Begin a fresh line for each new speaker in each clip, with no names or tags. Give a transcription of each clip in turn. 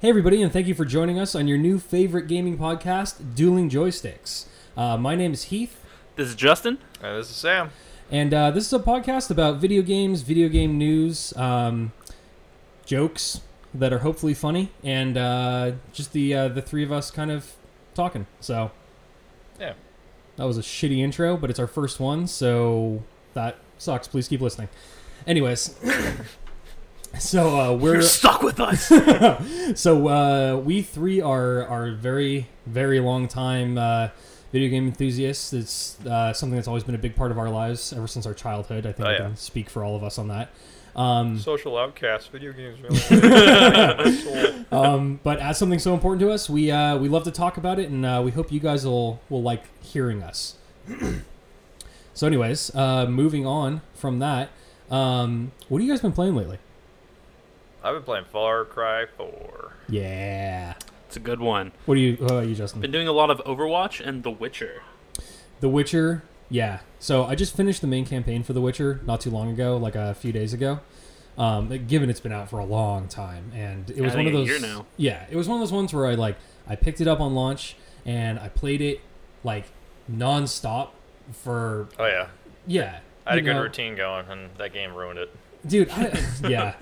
Hey, everybody, and thank you for joining us on your new favorite gaming podcast, Dueling Joysticks. Uh, my name is Heath,
This is Justin.
Uh, this is Sam.
and uh, this is a podcast about video games, video game news, um, jokes that are hopefully funny, and uh, just the uh, the three of us kind of talking. So,
Yeah.
that was a shitty intro, but it's our first one, so that sucks. Please keep listening. Anyways, so uh, we're
You're stuck with us.
so uh, we three are are very very long time uh, video game enthusiasts. It's uh, something that's always been a big part of our lives ever since our childhood. I think
Oh,
I
yeah.
can speak for all of us on that. Um,
Social outcast. Video games. Really
um, but as something so important to us, we uh, we love to talk about it, and uh, we hope you guys will will like hearing us. so, anyways, uh, moving on from that, um, what have you guys been playing lately?
I've been playing Far Cry 4.
Yeah.
it's a good one.
What do you? What about you, Justin?
Been doing a lot of Overwatch and The Witcher.
The Witcher, yeah. So I just finished the main campaign for The Witcher not too long ago, like a few days ago. Um, given it's been out for a long time, and it was
I
one
think
of
a
those.
year now.
Yeah, it was one of those ones where I like I picked it up on launch and I played it like nonstop for
Oh yeah,
yeah.
I had a
you
good
know.
routine going, and that game ruined it.
dude. I, yeah,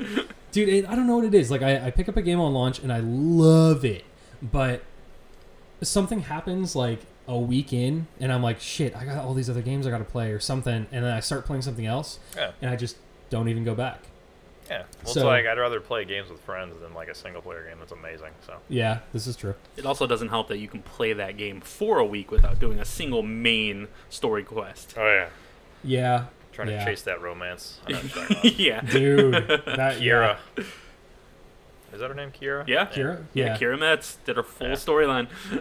dude. It, I don't know what it is. Like I, I pick up a game on launch and I love it, but something happens like a week in, and I'm like, shit, I got all these other games I got to play or something, and then I start playing something else,
Yeah.
and I just don't even go back.
Yeah. Well, it's
So-
like I'd rather play games with friends than like a single player game that's amazing. So
Yeah, this is true.
It also doesn't help that you can play that game for a week without doing a single main story quest.
oh yeah,
Yeah,
trying
Yeah.
to chase that romance. I know what you're talking about.
yeah.
dude. that
Kiera. Is that her name, Kiera?
Yeah.
Kira,
Yeah,
yeah,
Kira Metz did her full
Yeah.
storyline.
She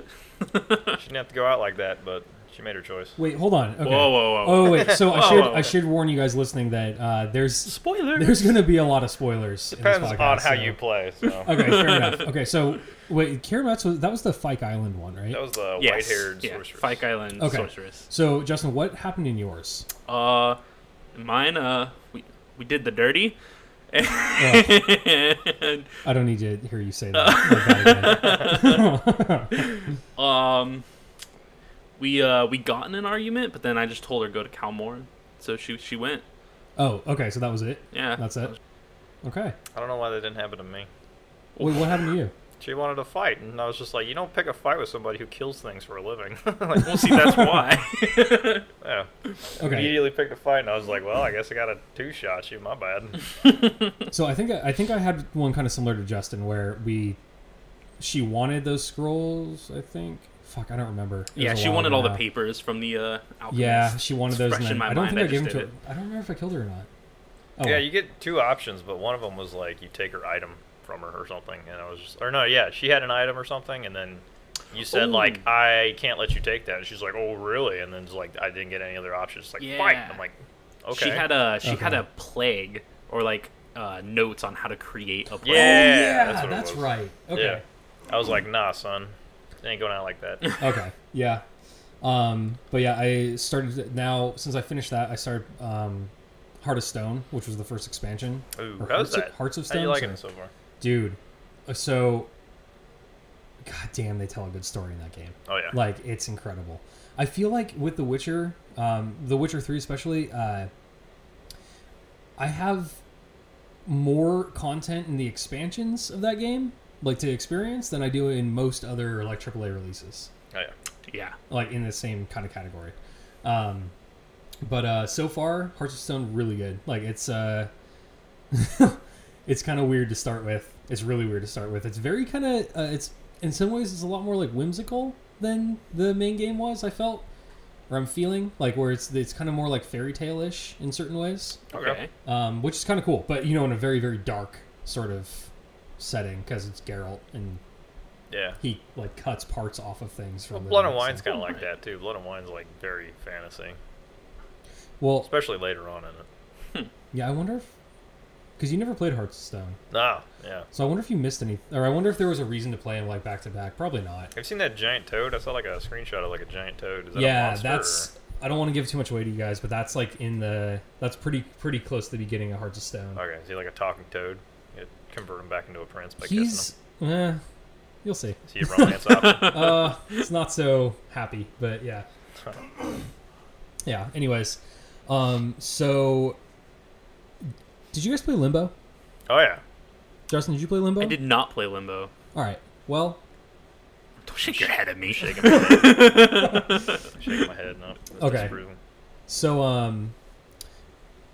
didn't have to go out like that, but she made her choice.
Wait, hold on. Okay.
Whoa, whoa, whoa.
Oh wait, so I
Whoa,
should
whoa, whoa.
I should warn you guys listening that uh, there's
Spoiler.
there's gonna be a lot of spoilers. in this
Depends on
podcast,
how
so-
you play. So
Okay, fair enough. Okay, so wait, Kiramatsu was that was the Fike Island one, right?
that was the
Yes.
white-haired
yeah.
sorceress.
Fike Island
Okay.
sorceress.
So, Justin, what happened in yours?
Uh, mine. Uh, we we did the dirty. and
I don't need to hear you say that. like that again.
Um, we uh we got in an argument, but then I just told her go to Calmore, so she she went.
oh, okay. So that was it.
Yeah,
That's it. Okay.
I don't know why that didn't happen to me.
Wait, what happened to you?
She wanted to fight, and I was just like, you don't pick a fight with somebody who kills things for a living. like,
Well, see, that's why.
yeah.
Okay.
Immediately picked a fight, and I was like, well, I guess I got a two shot you. My bad.
So I think I think I had one kind of similar to Justin, where we she wanted those scrolls. I think. Fuck, I don't remember. It
yeah,
was a
she
while
wanted all the
ago.
papers from the uh. Alchemist.
Yeah, she wanted
It's
those.
fresh
And
in
then,
my
I don't think I,
mind, I
gave them
just
to.
did
I don't remember if I killed her or not. Oh,
Yeah,
well.
you get two options, but one of them was like you take her item from her or something, and I was just, or no, yeah, she had an item or something, and then you said
Ooh.
like, I can't let you take that, and she's like, oh really? And then it's like, I didn't get any other options. It's like fight.
Yeah.
I'm like, okay.
She had a she had
Okay.
a plague or like uh notes on how to create a plague.
Oh,
Yeah.
that's,
that's what it was.
right. Okay.
Yeah. I was like, nah, son, it ain't going out like that.
okay yeah um but yeah i started now since i finished that i started um heart of stone which was the first expansion
Ooh,
Or
how's
Hearts of-
that?
Hearts of
How you
Stone,
liking it
sorry.
so far?
dude uh, so god damn they tell a good story in that game
Oh yeah.
like it's incredible i feel like with the witcher um the witcher 3 especially uh i have more content in the expansions of that game like to experience than i do in most other like aaa releases
oh yeah.
Yeah.
like in the same kind of category. Um, but uh, so far, Hearts of Stone really good. Like it's uh, it's kind of weird to start with. It's really weird to start with. It's very kind of uh, it's in some ways it's a lot more like whimsical than the main game was. I felt or I'm feeling like where it's it's kind of more like fairy tale ish in certain ways,
Okay.
um, which is kind of cool. But you know, in a very very dark sort of setting because it's Geralt and
Yeah.
he like cuts parts off of things from
Well,
the
Blood and
so-
Wine's kind of like that too. Blood and Wine's like very fantasy,
well
especially later on in it.
Yeah, I wonder if because you never played Hearts of Stone,
Nah, Ah, yeah.
so I wonder if you missed any, or I wonder if there was a reason to play them like back to back. Probably not.
Have you seen that giant toad? I saw like a screenshot of like a giant toad. Is that a
yeah,
monster?
that's. I don't want to give too much away to you guys, but that's like in the that's pretty pretty close to the beginning of Hearts of Stone.
Or... Okay, is he like a talking toad? You convert him back into a prince by
He's eh, You'll see.
See a romance option.
Uh, it's not so happy, but yeah. Yeah. Anyways, um, so did you guys play Limbo?
Oh yeah.
Justin, did you play Limbo?
I did not play Limbo.
All right. Well,
Don't shake your head at me. Shake
Shaking my head. Shaking my head. No.
Okay.
Disapproving.
so um,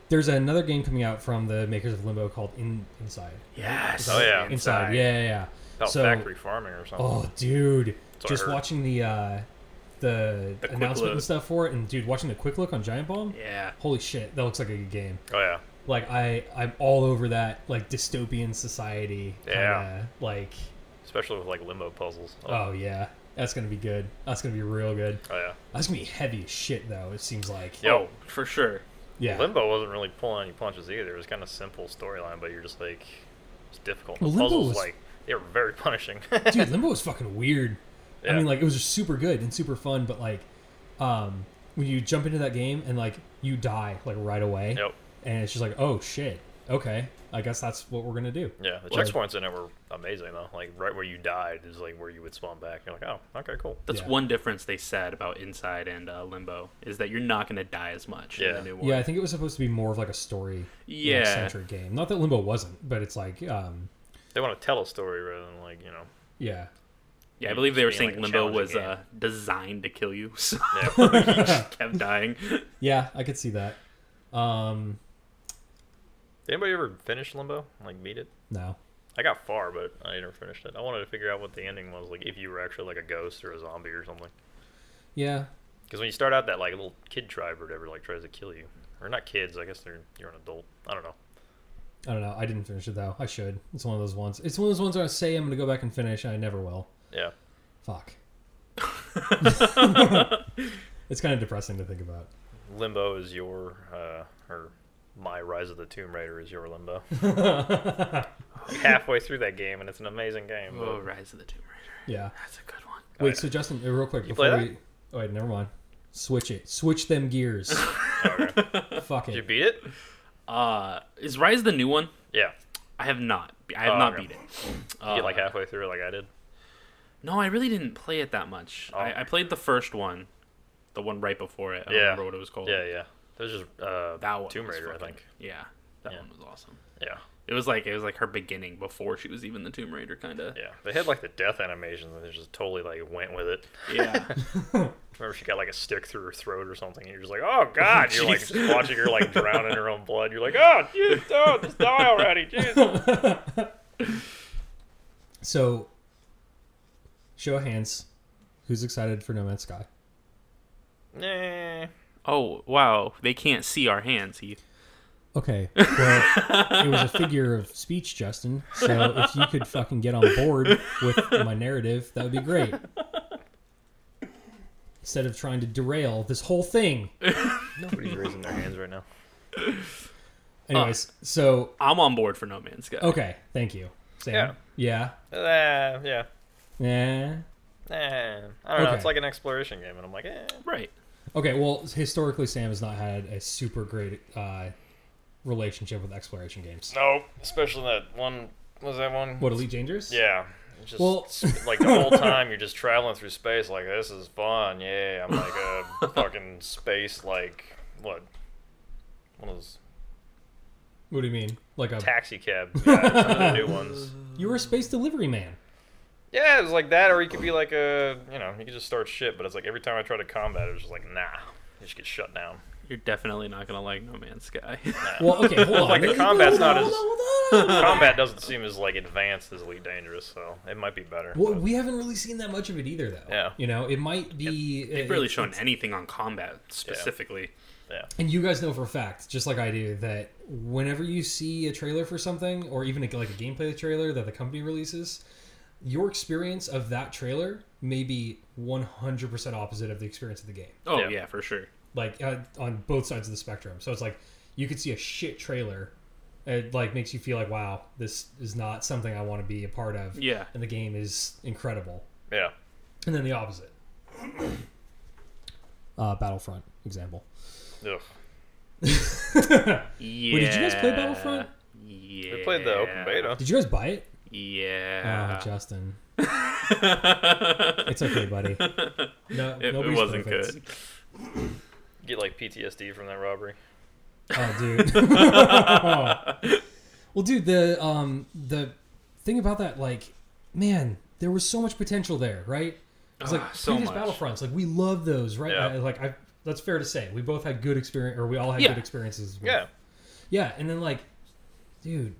there's another game coming out from the makers of Limbo called In- Inside.
Yes.
Oh, yeah.
Inside.
Inside.
Yeah, yeah, yeah.
About
So-
factory farming or something.
Oh, dude,
That's what I
just
heard.
watching the uh, the,
The quick
announcement
look.
and stuff for it, and dude, watching the quick look on Giant Bomb.
Yeah.
Holy shit, that looks like a good game.
Oh yeah.
Like I, I'm all over that like dystopian society.
Yeah.
kinda, Like,
Especially with like limbo puzzles.
oh yeah, that's gonna be good. That's gonna be real good.
Oh, yeah.
That's gonna be heavy as shit though. It seems like.
Yo.
Oh, for sure.
Yeah.
Limbo wasn't really pulling any punches either. It was kind of simple storyline, but you're just like, it's difficult. The
Well, Limbo
puzzles
was-
like they were very punishing.
dude limbo was fucking weird i
Yeah.
mean like it was just super good and super fun but like um when you jump into that game and like you die like right away
yep.
and it's just like oh shit okay i guess that's what we're gonna do
Yeah, the
Like-
checkpoints in it were amazing though. Like right where you died is like where you would spawn back. You're like, oh, okay, cool.
That's
Yeah.
one difference they said about Inside and uh, Limbo is that you're not going to die as much in
Yeah.
the new one.
yeah i think it was supposed to be more of like a story
Yeah.
centric game not that limbo wasn't but it's like um
They want to tell a story rather than like you know.
yeah
Yeah, I believe they were
Being,
saying
like, a
Limbo
challenging
was
game.
uh, designed to kill you, so
Yeah.
you just kept dying.
yeah i could see that um
Did anybody ever finish Limbo? Like beat it?
no
I got far, but I never finished it. I wanted to figure out what the ending was like if you were actually like a ghost or a zombie or something.
yeah
Because when you start out, that like little kid tribe or whatever like tries to kill you, or not kids. I guess they're you're an adult. I don't know.
i don't know i didn't finish it though i should it's one of those ones it's one of those ones where i say i'm gonna go back and finish and i never will
Yeah.
Fuck.
Oh,
it's kind of depressing to think about.
Limbo is your, uh, or my Rise of the Tomb Raider is your Limbo. Halfway through that game, and it's an amazing game. but-
Oh, Rise of the Tomb Raider.
Yeah.
That's a good one.
Wait, so Justin, uh, real quick
You play
before we. Oh, wait, never mind. Switch it. Switch them gears.
Okay.
Fuck
Did you
it.
beat it?
Uh, is Rise the new one?
Yeah.
I have not. I have
Oh,
not
okay.
beat it.
You get like
Uh,
halfway through, like I did.
No, I really didn't play it that much.
Oh,
I, I played the first one, the one right before it. I don't
Yeah.
remember what it was called.
Yeah, yeah. That was just uh,
That one.
Tomb
was
Raider, I
fucking-
think.
Yeah, that
Yeah.
one was awesome.
Yeah,
It was like it was like her beginning before she was even the Tomb Raider, kind of.
yeah. They had like the death animations, and they just totally like went with it.
Yeah.
Remember, she got like a stick through her throat or something, and you're just like, "Oh God!" You're like
Jeez.
just watching her like drown in her own blood. You're like, "Oh, jeez, oh, just die already, jeez."
So, show of hands. Who's excited for No Man's Sky?
nah.
oh wow, they can't see our hands, Heath.
Okay. Well, it was a figure of speech, Justin. So if you could fucking get on board with my narrative, that would be great. Instead of trying to derail this whole thing.
Uh. Nobody's raising their hands right now.
Anyways, so
I'm on board for No Man's Sky.
Okay, thank you. Sam? Yeah.
Uh, yeah.
Yeah.
Eh, I don't know.
Okay.
It's like an exploration game, and I'm like, eh.
Right.
Okay, well, historically, Sam has not had a super great uh, relationship with exploration games.
No, especially that one. Was that one?
What, Elite Dangerous?
Yeah. It's Just
Well-
sp- like the whole time you're just traveling through space, like this is fun, yeah. I'm like a fucking space, like what? One of those
What do you mean? Like a.
taxi cab guys, one of the new ones.
you were a space delivery man.
Yeah, it was like that, or you could be like a, you know, you could just start shit. But it's like every time I try to combat, it, it's just like nah, you just get shut down.
You're definitely not gonna like No Man's Sky.
Well, okay, hold on.
Like, the combat's not as-
as.
Combat doesn't seem as like advanced as Elite Dangerous, so it might be better.
Well,
but-
we haven't really seen that much of it either, though.
Yeah.
You know, it might be.
They've really shown anything on combat specifically.
yeah,
And you guys know for a fact, just like I do, that whenever you see a trailer for something, or even a, like a gameplay trailer that the company releases, your experience of that trailer may be 100% opposite of the experience of the game.
Oh
Yeah.
yeah, for sure.
Like uh, on both sides of the spectrum. So it's like you could see a shit trailer. It like makes you feel like, wow, this is not something I want to be a part of.
Yeah.
And the game is incredible.
yeah.
And then the opposite. uh, Battlefront example.
Ugh.
Yeah.
did you guys play Battlefront?
Yeah.
We played the open beta.
Did you guys buy it?
Yeah.
Oh, Justin. It's okay, buddy. No,
It, it
nobody's
wasn't
perfect.
good.
Get like PTSD from that robbery.
Oh, dude. well, dude, the um the thing about that, like, man, there was so much potential there, right? It's like
Ah, so
previous
much.
Battlefronts, like we love those, right?
Yeah.
I- like, I that's fair to say, we both had good experience, or we all had
Yeah.
good experiences. With.
Yeah.
yeah, and then like, dude,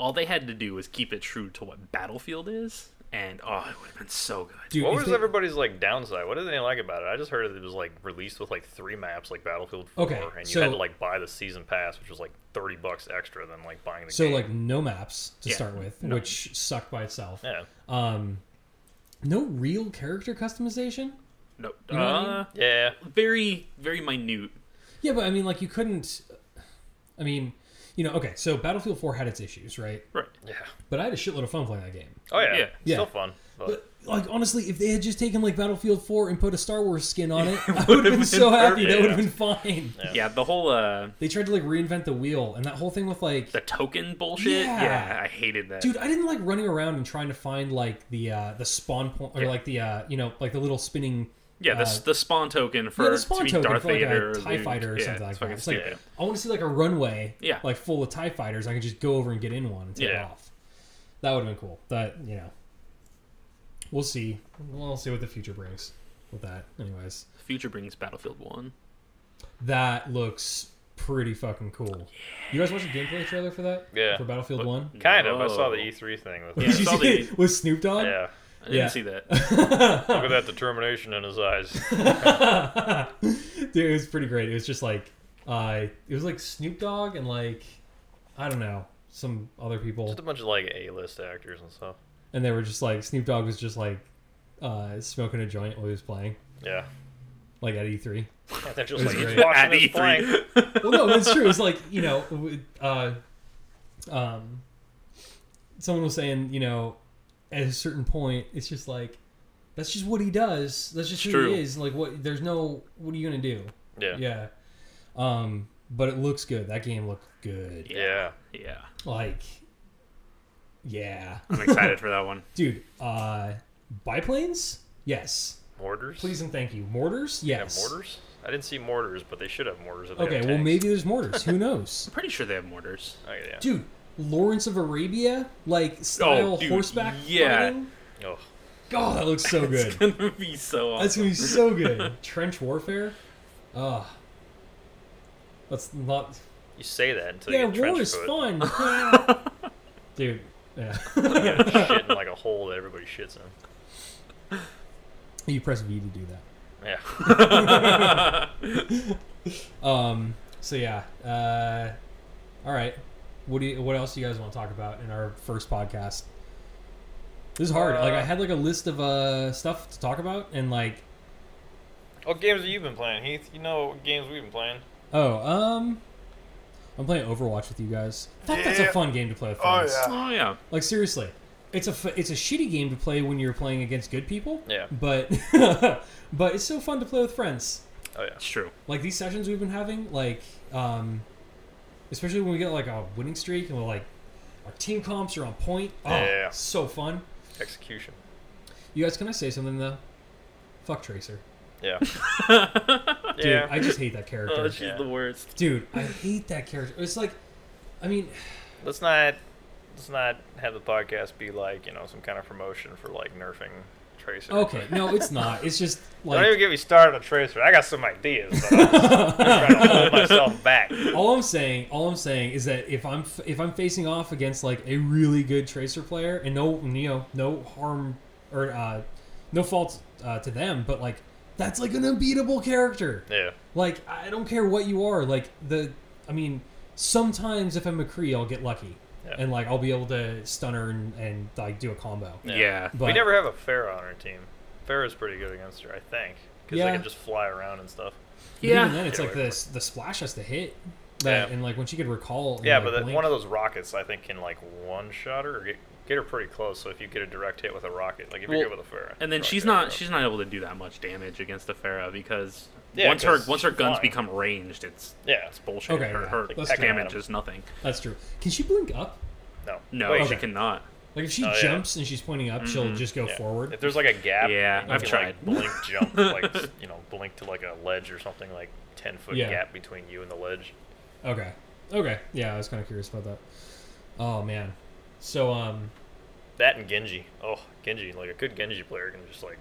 All they had to do was keep it true to what Battlefield is, and oh, it would have been so good.
dude,
What
if
was
they-
everybody's like downside? What did they like about it? I just heard it was like released with like three maps, like Battlefield 4,
Okay,
and you
so-
had to like buy the season pass, which was like thirty bucks extra than like buying the
So
game.
like no maps to
Yeah.
start with,
No.
which sucked by itself.
yeah,
Um, no real character customization.
No,
know what I
uh,
yeah,
very very minute.
Yeah, but I mean, like you couldn't. I mean, you know, okay. So Battlefield Four had its issues, right?
Right.
yeah.
But I had a shitload of fun playing that game.
Oh yeah,
Yeah.
Yeah.
still fun. But,
But like honestly, if they had just taken like Battlefield Four and put a Star Wars skin on it, I
would've
would have been
been
so happy. That
perfect.
would have been fine.
Yeah.
Yeah. the whole uh
They tried to like reinvent the wheel, and that whole thing with like,
the token bullshit.
Yeah.
Yeah, I hated that.
dude, I didn't like running around and trying to find like the uh the spawn point or
Yeah.
like the uh you know like the little spinning.
yeah, the,
uh,
the spawn token for
yeah, the spawn
to be
token
Darth
for like
Vader
a
or
Tie
Luke.
Fighter or
yeah,
something like
it's
that.
fucking
It's like
stupid.
I want to see like a runway,
Yeah.
like full of Tie Fighters. I can just go over and get in one and take
Yeah.
off. That would have been cool. That you know, we'll see. We'll see what the future brings with that. Anyways,
Future brings Battlefield One.
that looks pretty fucking cool. You guys watched the gameplay trailer for that?
Yeah.
for Battlefield
What-
One.
kind of. I saw
No.
the E3 thing with
Yeah,
Did you
I
that.
saw
see
the-
it with Snoop Dogg?
yeah.
I didn't
Yeah.
see that.
Look at that determination in his eyes.
Dude, it was pretty great. It was just like, uh, it was like Snoop Dogg and like, I don't know, some other people.
Just a bunch of like A-list actors and stuff.
and they were just like Snoop Dogg was just like uh, smoking a joint while he was playing,
Yeah.
like at E E3.
Yeah, They're just like
great.
he's
At E
watching his flank.
E3.
Well, no, it's true. It's like you know, w- uh, um, someone was saying, you know, at a certain point, it's just like that's just what he does. That's just
It's
who
true.
he is. Like, what? There's no. What are you gonna do?
Yeah.
Yeah.
Yeah.
Um, but it looks good. That game looked good.
Yeah.
yeah,
Like, yeah,
I'm excited for that one.
dude. Uh, biplanes? Yes.
Mortars.
Please and thank you. Mortars?
They have
Yes.
mortars. I didn't see mortars, but they should have mortars. If they
Okay,
have
well
tanks.
maybe there's mortars. Who knows?
I'm pretty sure they have mortars.
Oh,
Okay, yeah.
Dude, Lawrence of Arabia, like style
dude,
horseback
yeah.
riding?
Oh,
God, that looks so
It's
good.
gonna be so awesome.
That's gonna be so good. Trench warfare. Ugh. That's not.
you say that until
yeah,
you get
war
trench
is
foot.
fun. Dude, yeah.
Yeah, shit in like a hole that everybody shits in.
you press V to do that.
Yeah.
Um. So yeah. Uh. All right. What do you? What else do you guys want to talk about in our first podcast? This is hard. like I had like a list of uh stuff to talk about, and like
What games have you been playing, Heath? You know what games we've been playing.
Oh, um, I'm playing Overwatch with you guys. Fuck, that's a
Yeah.
fun game to play with friends.
oh yeah,
Like seriously, it's a f- it's a shitty game to play when you're playing against good people.
Yeah.
But but it's so fun to play with friends.
Oh yeah.
it's true.
Like these sessions we've been having, like um, especially when we get like a winning streak and we're like our team comps are on point. Oh,
Yeah.
so fun.
Execution.
You guys, can I say something though? Fuck Tracer.
Yeah.
Dude,
yeah.
I just hate that character.
Oh, she's
Yeah.
the worst.
Dude, I hate that character. It's like, I mean,
Let's not let's not have the podcast be like, you know, some kind of promotion for like nerfing Tracer.
okay, no, it's not. It's just like
Don't even get me started on Tracer. I got some ideas, but I'm just trying to hold myself back.
all I'm saying, all I'm saying is that if I'm f- if I'm facing off against like a really good tracer player, and no, you know, no harm or uh, no fault uh, to them, but like that's like an unbeatable character.
Yeah.
Like I don't care what you are. Like the, I mean, sometimes if I'm a Cree, I'll get lucky,
Yeah.
and like I'll be able to stun her and, and like do a combo.
Yeah,
But
we never have a Pharaoh on our team. Pharaoh's pretty good against her, I think. Because
Yeah.
they can just fly around and stuff.
but
Yeah.
even then, it's
Get
like
away
this the splash has to hit. That,
Yeah.
And like when she could recall, and,
Yeah,
like,
but that,
blink-
one of those rockets, I think, can like one shot her or get, get her pretty close. So if you get a direct hit with a rocket, like if
Well,
you're good with a Pharaoh.
and then
you're
she's
okay,
not
bro.
she's not able to do that much damage against the Pharaoh because
Yeah,
once her
'cause
once her
she's
guns
flying.
become ranged, it's
Yeah.
it's bullshit.
Okay,
her
yeah.
her
Like,
pecking at
damage
him.
is nothing.
that's true. Can she blink up?
No.
No,
Wait,
she
Okay.
cannot.
Like if she
Oh, yeah. Mm-hmm.
jumps and she's pointing up, she'll just go
Yeah.
forward.
If there's like a gap,
Yeah,
you
I've
can,
tried.
Like, blink jump, like s- you know, blink to like a ledge or something, like ten foot
Yeah.
gap between you and the ledge.
Okay. Okay. Yeah, I was kind of curious about that. Oh man. So um,
That and Genji. Oh, Genji, like a good Genji player can just like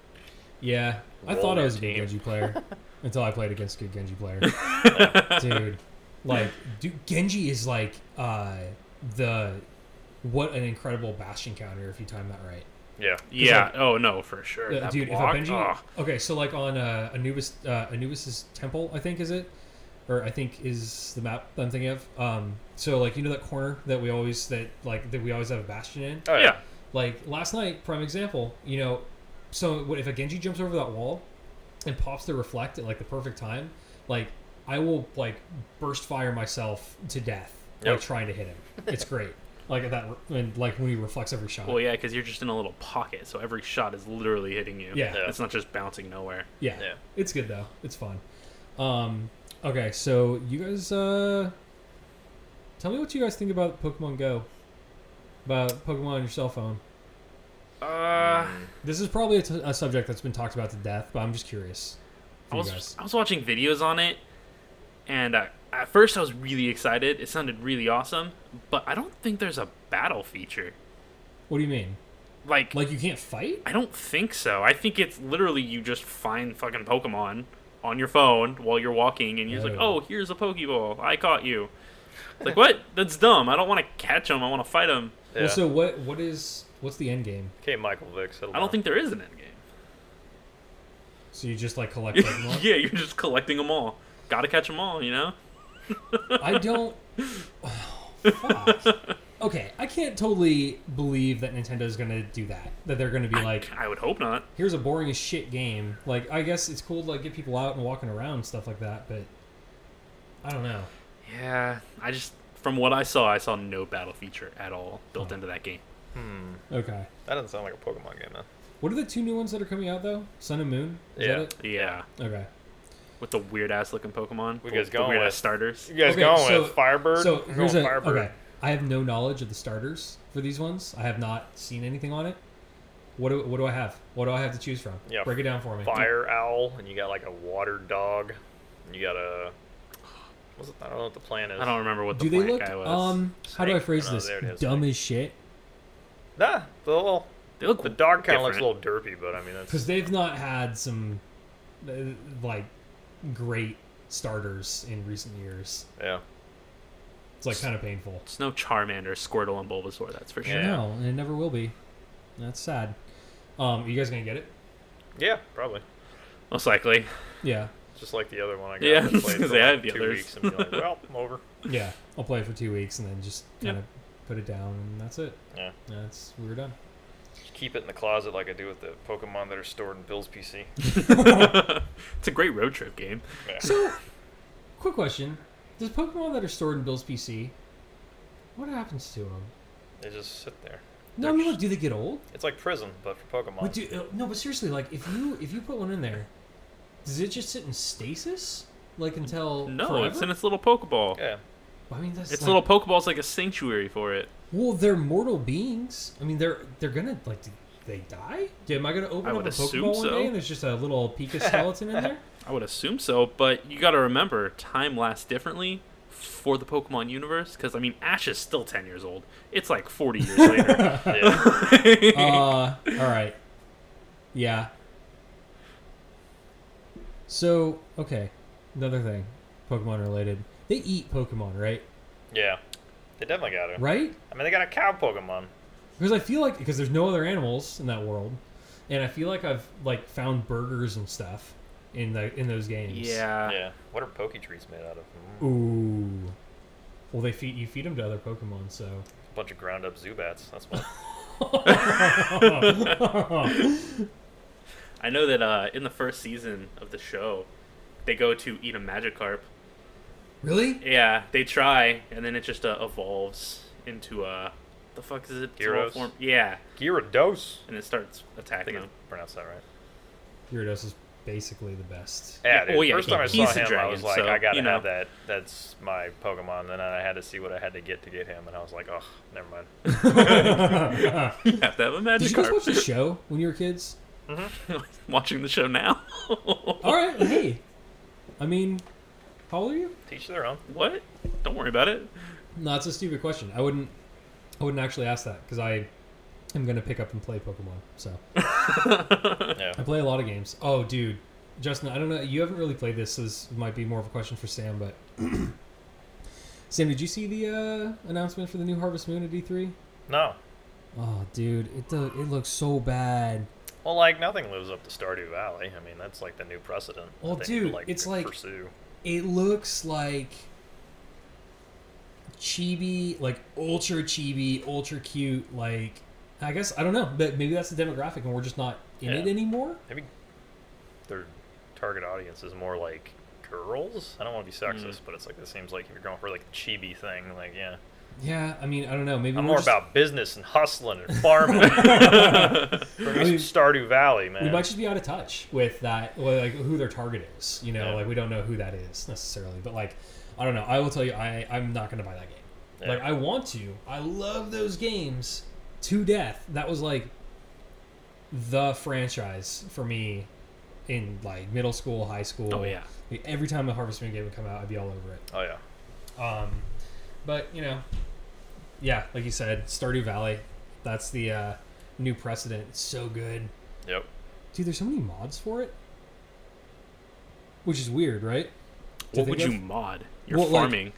yeah, I
Roll
thought I
your
was a good
team.
Genji player until I played against a good Genji player. Dude, like, dude, Genji is like uh the what an incredible Bastion counter if you time that right.
yeah.
Yeah. oh no, for sure.
Uh,
That
dude,
block,
if a Benji,
ah.
okay, so like on uh, Anubis, uh, Anubis's temple, I think is it, or I think is the map that I'm thinking of. Um, so like you know that corner that we always that like that we always have a bastion in.
Oh,
yeah.
Like last night, prime example. You know, so what if a Genji jumps over that wall and pops the reflect at like the perfect time? Like I will like burst fire myself to death
Yep.
like trying to hit him. It's great. like at that and like when he reflects every shot.
Well, yeah, because you're just in a little pocket, so every shot is literally hitting you.
Yeah.
Yeah.
It's not just bouncing nowhere.
Yeah.
Yeah.
It's good though. It's fun. Um okay, so you guys uh tell me what you guys think about Pokemon Go. About Pokemon on your cell phone.
Uh,
This is probably a, t- a subject that's been talked about to death, but I'm just curious.
I
For you
was,
guys.
I was watching videos on it, and uh, at first I was really excited. It sounded really awesome, but I don't think there's a battle feature.
What do you mean?
Like,
Like you can't fight?
I don't think so. I think it's literally you just find fucking Pokemon on your phone while you're walking, and you're just like,
Oh.
oh, here's a Pokeball. I caught you. It's like, what? That's dumb. I don't want to catch him. I want to fight him.
yeah.
Well, so what what is what's the end game?
okay, Michael Vick. settle
I don't
down.
think there is an end game.
So you just like collect Pokemon?
yeah, you're just collecting them all. Gotta catch them all, you know?
I don't. Oh, fuck. Okay, I can't totally believe that Nintendo's gonna do that. That they're gonna be like,
I would hope not.
here's a boring as shit game. Like, I guess it's cool to like get people out and walking around and stuff like that, but I don't know.
Yeah, I just from what I saw, I saw no battle feature at all built
Huh.
into that game.
Okay.
that doesn't sound like a Pokemon game, man.
What are the two new ones that are coming out though? Sun and Moon. Is
Yeah.
That
Yeah,
it? Okay.
with the weird ass looking Pokemon,
We guys
the
going
weird
with-
ass starters.
You guys
Okay,
going
so-
with Firebird?
So
We're
here's
going
a
Firebird.
okay. I have no knowledge of the starters for these ones. I have not seen anything on it. What do, what do I have? What do I have to choose from?
Yeah.
Break it down for me.
Fire owl, and you got like a water dog, and you got a. What's it? I don't know what the plan is.
I don't remember what the
Do they
plant
look
guy was.
um? How do I
Snake?
phrase
Oh,
this?
there it is,
Dumb as shit.
Nah, the little
they look
the dog kind of looks a
different.
little derpy, but I mean that's
Because they've not had some uh, like great starters in recent years.
yeah.
It's like kind of painful.
It's no Charmander, Squirtle, and Bulbasaur. That's for sure.
Yeah.
No, and it never will be. That's sad. Um, are you guys gonna get it?
Yeah, probably.
Most likely.
Yeah,
Just like the other one I got.
Yeah,
I
I was
played
gonna
for
say, I
like
have the
two
others.
weeks and be like, well, I'm over.
yeah. I'll play it for two weeks and then just
Yeah.
kind of put it down, and that's it.
Yeah.
That's we're done.
Just keep it in the closet like I do with the Pokemon that are stored in Bill's PC.
It's a great road trip game.
Yeah.
So, quick question: Does Pokemon that are stored in Bill's PC, what happens to them?
they just sit there.
No, I mean, like, do they get old?
It's like prison, but for Pokemon.
But do, uh, no, but seriously, like if you if you put one in there, does it just sit in stasis like until
No,
forever?
it's in its little Pokeball.
yeah.
I mean, that's
Its
like-
little Pokeball's like a sanctuary for it.
Well, they're mortal beings. I mean, they're they're gonna like do they die? Do- Am I gonna open
I
up
would
a
assume
Pokeball one
so.
day and there's just a little Pika skeleton in there?
I would assume so, but you got to remember time lasts differently for the Pokemon universe. Because I mean, Ash is still ten years old. It's like forty years later.
yeah.
uh, all right, yeah. So okay, another thing, Pokemon related. They eat Pokemon, right?
Yeah. They definitely got it.
Right?
I mean, they got a cow Pokemon.
Because I feel like because there's no other animals in that world, and I feel like I've like found burgers and stuff in the in those games.
yeah.
Yeah. What are Poke treats made out of? Mm.
Ooh. Well, they feed you feed them to other Pokemon, so.
A bunch of ground up Zubats. That's what.
I know that uh, in the first season of the show, they go to eat a Magikarp.
really?
Yeah, they try, and then it just uh, evolves into uh, the fuck is it? Its
Gyarados?
form- Yeah,
Gyarados.
and it starts
I
attacking
think I
them.
pronounced that right.
Gyarados is basically the best.
Yeah, dude.
Oh, yeah,
First time I
he's
saw
a
him, I
dragon,
was like,
so,
I gotta
you know.
have that. That's my Pokemon. Then I had to see what I had to get to get him, and I was like, oh, never mind.
Did
You have to have a
you
magic
guys watch
carp.
the show when you were kids?
Watching the show now. Uh,
All right, hey, I mean, how old are you?
Teach their own.
what? Don't worry about it.
No, that's a stupid question. I wouldn't, I wouldn't actually ask that because I am gonna pick up and play Pokemon. So
Yeah.
I play a lot of games. Oh, dude, Justin, I don't know. You haven't really played this, so this might be more of a question for Sam. But Sam, did you see the uh, announcement for the new Harvest Moon at E E3?
No.
Oh, dude, it do- it looks so bad.
Well, like nothing lives up to Stardew Valley. I mean, that's like the new precedent. that
Well,
they,
dude, it's
could
like-
pursue.
it looks like chibi like ultra chibi ultra cute like i guess i don't know but maybe that's the demographic and we're just not in it
Yeah.
anymore
Maybe their target audience is more like girls. I don't want to be sexist,
Mm.
but it's like it seems like if you're going for like the chibi thing, like yeah,
yeah i mean i don't know maybe
I'm
we're
more
just-
about business and hustling and farming. Bring me some Stardew Valley, man.
we might just be out of touch with that well, like who their target is you know
Yeah.
like we don't know who that is necessarily but like i don't know i will tell you i i'm not gonna buy that game
Yeah.
Like I want to. I love those games to death. That was like the franchise for me in like middle school, high school.
Oh, yeah.
Like, every time a Harvest Moon game would come out, I'd be all over it.
oh yeah,
Um, but you know, yeah, like you said, Stardew Valley. That's the uh, new precedent. It's so good,
yep.
dude. There's so many mods for it, which is weird, right? To
What
think
would you
of?
mod? You're
Well, like-
farming.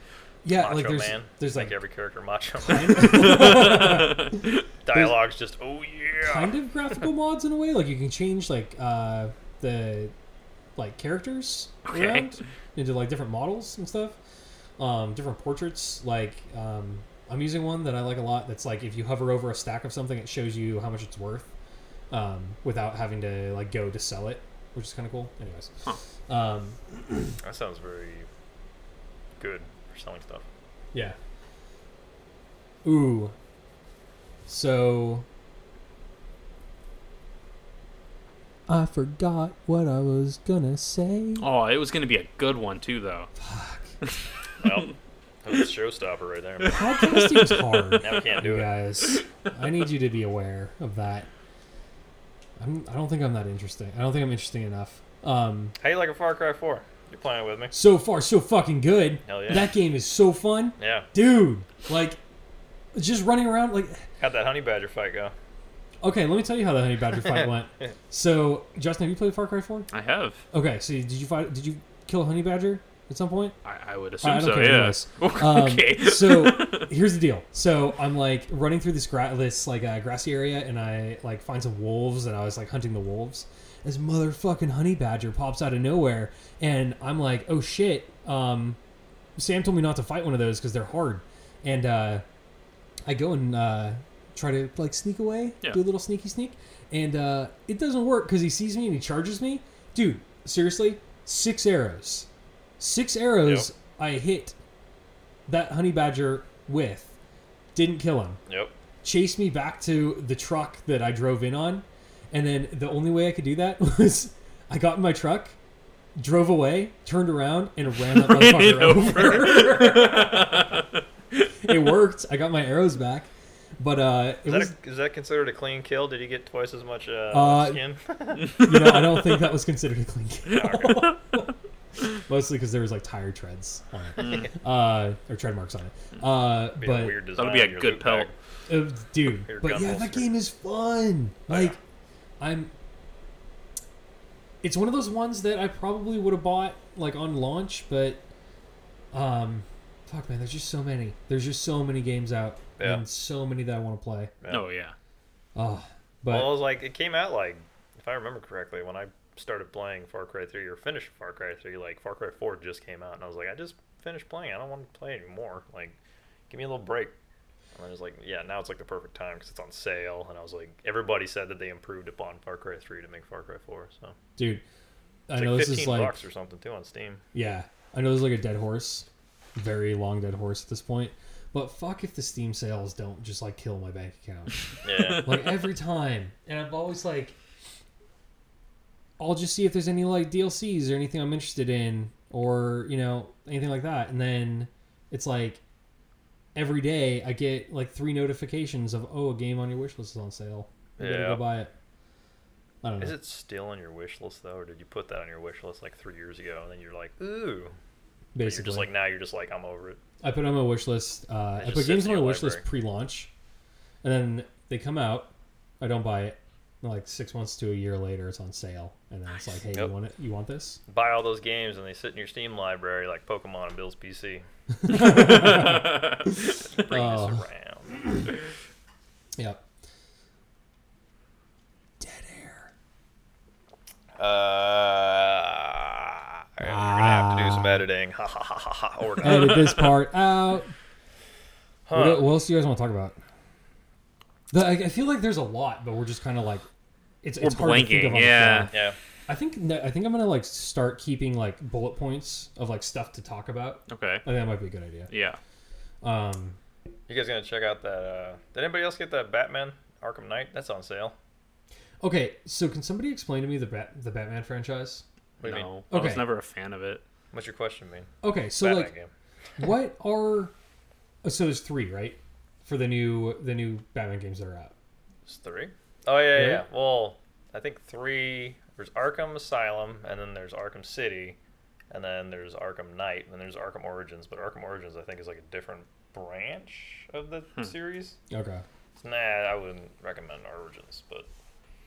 Yeah,
Macho
like there's
man.
there's like,
every character macho man. Dialogue's just oh yeah.
kind of graphical mods in a way. Like you can change like uh, the like characters
Okay.
around into like different models and stuff, um, different portraits. Like um, I'm using one that I like a lot. That's like if you hover over a stack of something, it shows you how much it's worth um, without having to like go to sell it, which is kind of cool. Anyways, um,
That sounds very good for selling stuff.
yeah. Ooh. So I forgot what I was gonna say.
oh, it was going to be a good one, too, though.
Well, that's a showstopper right there. man.
Podcasting's hard,
Now we can't do
you
it.
guys. I need you to be aware of that. I'm, I don't think I'm that interesting. I don't think I'm interesting enough. Um,
How you like a Far Cry 4? You're playing it with me?
so far, so fucking good.
Hell yeah.
That game is so fun,
Yeah.
dude. Like, just running around. Like,
How'd that honey badger fight go?
okay, let me tell you how the honey badger fight went. So, Justin, have you played Far Cry 4?
I have.
Okay, so did you fight? Did you kill a honey badger at some point?
I, I would assume
I don't
so,
care
yeah.
anyways. Um,
okay.
so here's the deal. So I'm like running through this gra- this like uh, grassy area, and I like find some wolves, and I was like hunting the wolves. This motherfucking honey badger pops out of nowhere, and I'm like, oh shit. Um, Sam told me not to fight one of those because they're hard, and uh, I go and uh, try to like sneak away,
Yeah.
do a little sneaky sneak, and uh, it doesn't work because he sees me and he charges me. Dude, seriously, six arrows, six arrows I hit that honey badger with, didn't kill him.
Yep.
Chased me back to the truck that I drove in on, and then the only way I could do that was I got in my truck. Drove away, turned around, and ran that
Ran
motherfucker
it
over. it worked. I got my arrows back, but uh, it
Is that,
was
a, is that considered a clean kill? Did he get twice as much uh,
Uh,
skin?
you know, I don't think that was considered a clean kill. Mostly because there was like tire treads on it, uh, or tread marks on it. Uh,
Be a
but
weird
That
design
would be
on
a
your
good
loot
pelt.
bag.
uh, dude,
Your
but
gun
yeah, that
holster. Oh,
game is fun. Like, I'm. It's one of those ones that I probably would have bought like on launch, but um, fuck man, there's just so many. There's just so many games out,
Yeah.
and so many that I want to play.
Yeah.
Oh, yeah.
Oh, but
Well, it was like it came out like if I remember correctly when I started playing Far Cry 3 or finished Far Cry 3, like Far Cry 4 just came out, and I was like, I just finished playing. I don't want to play anymore. Like, give me a little break. And I was like, yeah, now it's like the perfect time because it's on sale. And I was like, everybody said that they improved upon Far Cry 3 to make Far Cry 4. So
dude, I
it's
know
like
this
15
is like
bucks or something too on Steam.
Yeah, I know there's like a dead horse, very long dead horse at this point. But fuck if the Steam sales don't just like kill my bank account,
Yeah.
like every time. And I'm always like, I'll just see if there's any like DLCs or anything I'm interested in or, you know, anything like that. And then it's like every day I get like three notifications of, oh, a game on your wish list is on sale. You gotta
Yeah.
go buy it. I don't know.
Is it still on your wish list though, or did you put that on your wish list like three years ago, and then you're like, ooh, but you're
basically,
just like now you're just like I'm over it.
I put it on my wish list. Uh,
It
I
just
put
sits
games
in
on my
your
wish list
library.
pre-launch, and then they come out. I don't buy it. And, Like six months to a year later, it's on sale, and then it's like, hey,
Yep.
you want it? You want this?
Buy all those games, and they sit in your Steam library like Pokemon and Bill's PC. Bring this
Oh.
around.
Yep. Dead air.
Uh, we're gonna have to do some
Ah.
editing. Ha ha ha ha ha. Or not.
Edit this part out. What,
Huh.
el- what else do you guys want to talk about? The, I, I feel like there's a lot, but we're just kind of like, it's
We're
it's hard to think of
blanking,
on the
yeah.
fly.
Yeah.
I think ne- I think I'm gonna like start keeping like bullet points of like stuff to talk about.
Okay.
I think that might be a good idea.
Yeah.
Um,
You guys gonna check out that? Uh, did anybody else get that Batman Arkham Knight? That's on sale.
okay, so can somebody explain to me the Bat- the Batman franchise?
What do you mean?
no, I was
Okay.
never a fan of it.
What's your question mean?
Okay, so
Batman
like,
game.
what are oh, so there's three right for the new the new Batman games that are out.
It's three. Oh yeah, yeah,
Really?
yeah. Well, I think three. There's Arkham Asylum, and then there's Arkham City, and then there's Arkham Knight, and then there's Arkham Origins. But Arkham Origins, I think, is like a different branch of the series.
Okay,
So, nah, I wouldn't recommend Origins, but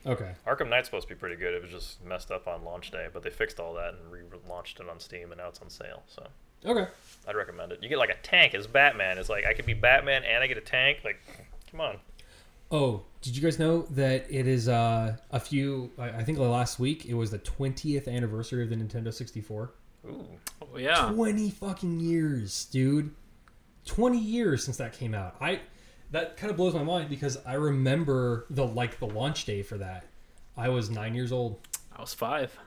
okay,
Arkham Knight's supposed to be pretty good. It was just messed up on launch day, but they fixed all that and relaunched it on Steam, and now it's on sale. So
okay.
I'd recommend it. You get like a tank as Batman. It's like I could be Batman and I get a tank. Like, come on.
Oh, did you guys know that it is uh, a few? I I think last week it was the 20th anniversary of the Nintendo 64.
Ooh,
Oh, yeah.
20 fucking years, dude. 20 years since that came out. I that kind of blows my mind because I remember the like the launch day for that. I was 9 years old.
I was five.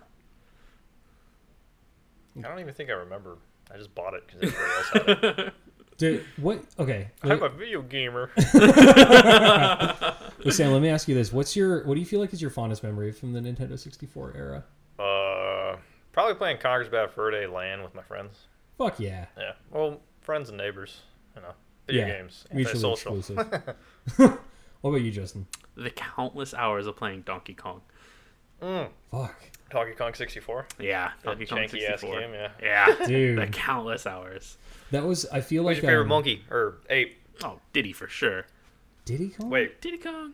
I don't even think I remember. I just bought it because everybody else had it.
Dude, what okay.
I'm
Let,
a video gamer.
wait, Sam, let me ask you this. What's your what do you feel like is your fondest memory from the Nintendo 64 era?
uh, probably playing Conker's Bad Fur Day LAN with my friends.
Fuck yeah.
Yeah, well, friends and neighbors. You know, video
yeah.
games,
Mutually
antisocial.
exclusive. what about you, Justin?
The countless hours of playing Donkey Kong.
Mm.
Fuck.
Donkey Kong 64.
Yeah.
That
Donkey Kong
janky ass
64.
game. Yeah.
Yeah. the
Dude,
countless hours.
that was I feel
Who's
like
your favorite
um,
monkey or ape?
Oh, Diddy for sure.
Diddy Kong?
Wait,
Diddy Kong.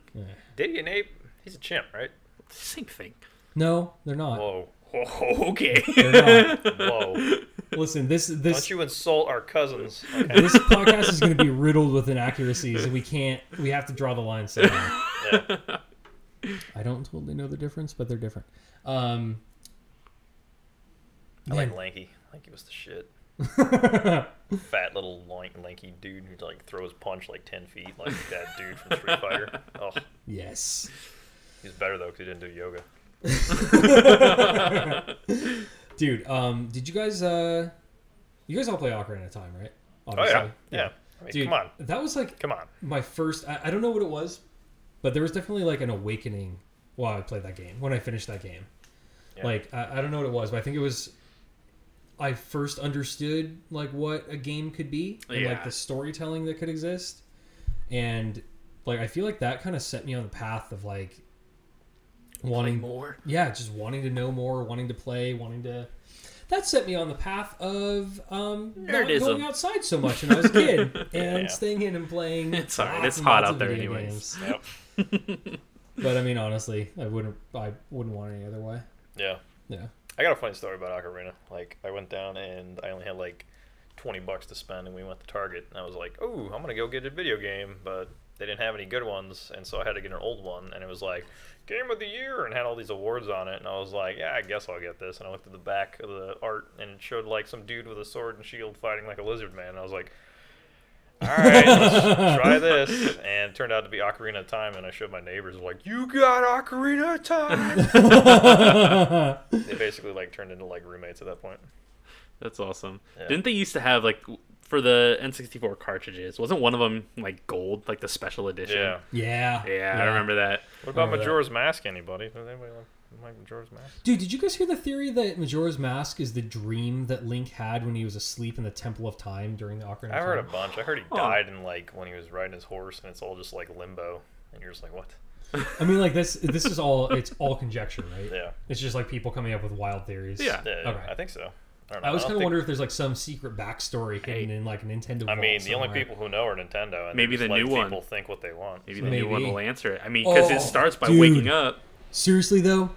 Diddy and ape? He's a chimp, right?
Same thing.
No, they're not.
Whoa,
Oh, okay.
They're not.
whoa!
Listen, this this
Don't you insult our cousins? Okay,
this podcast is going to be riddled with inaccuracies, and we can't. We have to draw the line somewhere.
yeah.
I don't totally know the difference, but they're different. Um,
I like
man,
Lanky. Lanky was the shit. Fat little lank, lanky dude who like throws punch like ten feet, like that dude from Street Fighter. Oh,
yes.
he's better though because he didn't do yoga.
Dude, um, did you guys? Uh, you guys all play Ocarina of Time, right?
Oh
Obviously.
yeah, yeah. I mean,
Dude,
come on,
that was like
come on.
my first. I, I don't know what it was, but there was definitely like an awakening while I played that game. When I finished that game,
Yeah.
like I, I don't know what it was, but I think it was. I first understood like what a game could be and like
Yeah.
the storytelling that could exist, and like I feel like that kind of set me on the path of like wanting
more.
yeah, just wanting to know more, wanting to play, wanting to. That set me on the path of um, not
Nerdism.
going outside so much when I was a kid and
Yeah.
staying in and playing.
It's all right,
lots
it's
and
hot
lots
out
of
there
video
anyways.
games.
Yep.
But I mean, honestly, I wouldn't. I wouldn't want it any other way.
Yeah.
Yeah.
I got a funny story about Ocarina. Like, I went down and I only had like 20 bucks to spend, and we went to Target, and I was like, "Oh, I'm gonna go get a video game," but they didn't have any good ones, and so I had to get an old one, and it was like Game of the Year, and had all these awards on it, and I was like, "Yeah, I guess I'll get this." And I looked at the back of the art, and it showed like some dude with a sword and shield fighting like a lizard man, and I was like. All right, let's try this, and it turned out to be Ocarina of Time. And I showed my neighbors, like, "You got Ocarina of Time." they basically like turned into like roommates at that point.
That's awesome.
Yeah.
Didn't they used to have like w- for the N64 cartridges? Wasn't one of them like gold, like the special edition?
Yeah.
Yeah.
Yeah, I remember that.
What about
Remember that.
Majora's Mask? Anybody? Does anybody like- like Majora's Mask.
Dude, did you guys hear the theory that Majora's Mask is the dream that Link had when he was asleep in the Temple of Time during the Ocarina?
I
of
heard a
Time?
bunch. I heard he
Huh.
died in like when he was riding his horse, and it's all just like limbo, and you're just like, what?
I mean, like this. This is all. It's all conjecture, right?
Yeah,
It's just like people coming up with wild theories.
Yeah.
yeah, yeah,
Okay.
Uh, I think so. I, don't know.
I always kind
don't
of
think-
wonder if there's like some secret backstory hidden in like Nintendo.
I
vault
mean, the only
somewhere.
people who know are Nintendo, and
Maybe
they just
the
let
new
people
one.
think what they want.
Maybe
so.
the new one
Maybe.
will answer it. I mean, because
Oh,
it starts by
dude.
waking up.
Seriously though,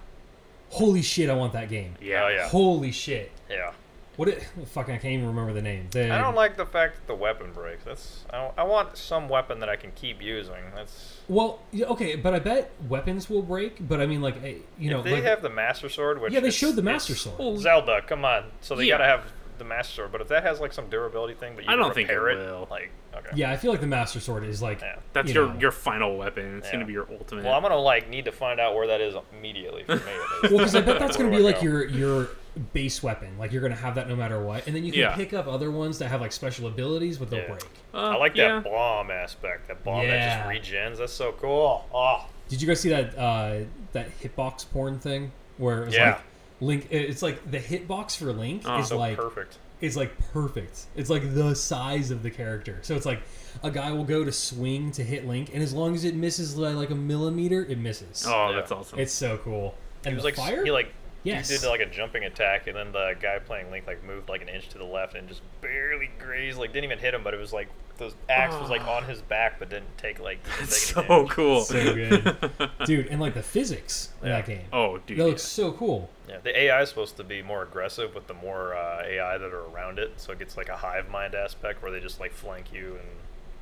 holy shit! I want that game.
Yeah,
Oh, yeah.
Holy shit!
yeah.
What? It, fucking, I can't even remember the name. The,
I don't like the fact that the weapon breaks. That's I, don't- I want some weapon that I can keep using. That's
Well, yeah, okay, but I bet weapons will break. But I mean, like, eh, you know,
if they
like,
have the Master Sword, which
yeah, they
it's-
showed the
it's
Master Sword.
Well,
Zelda, come on. So they
Yeah.
gotta have the Master Sword, but if that has like some durability thing, that you
I
can
don't think it
repair it,
will.
Like okay,
Yeah, I feel like the Master Sword is like
Yeah.
That's
you
your
know.
your final weapon. It's
Yeah.
gonna be your ultimate.
Well, I'm gonna like need to find out where that is immediately for me. at least.
Well, because I bet that's
Where
going to
do
be
Oh, I
like
go?
your your base weapon. Like you're going to have that no matter what, and then you can
Yeah.
pick up other ones that have like special abilities, but they'll
Yeah.
break.
Uh,
I like that
yeah.
bomb aspect. That bomb
Yeah.
that just regens. That's so cool. Oh,
Did you guys see that uh, that hitbox porn thing where it was
Yeah.
like Link? it- It's like the hitbox for Link
Oh,
is
so
like
perfect.
is like perfect. It's like the size of the character. So it's like a guy will go to swing to hit Link, and as long as it misses by like a millimeter, it misses.
Oh,
Yeah.
that's awesome.
It's so cool. And
He was like s-
fire.
he like
Yes.
he did like a jumping attack, and then the guy playing Link like moved like an inch to the left and just barely grazed. Like didn't even hit him, but it was like the axe was like
Ah.
on his back, but didn't take like. didn't
That's
take any
so
damage.
cool.
So good. dude, and like the physics in that game.
oh, dude.
that looks
yeah.
so cool.
Yeah, the AI is supposed to be more aggressive with the more uh, AI that are around it, so it gets like a hive mind aspect where they just like flank you and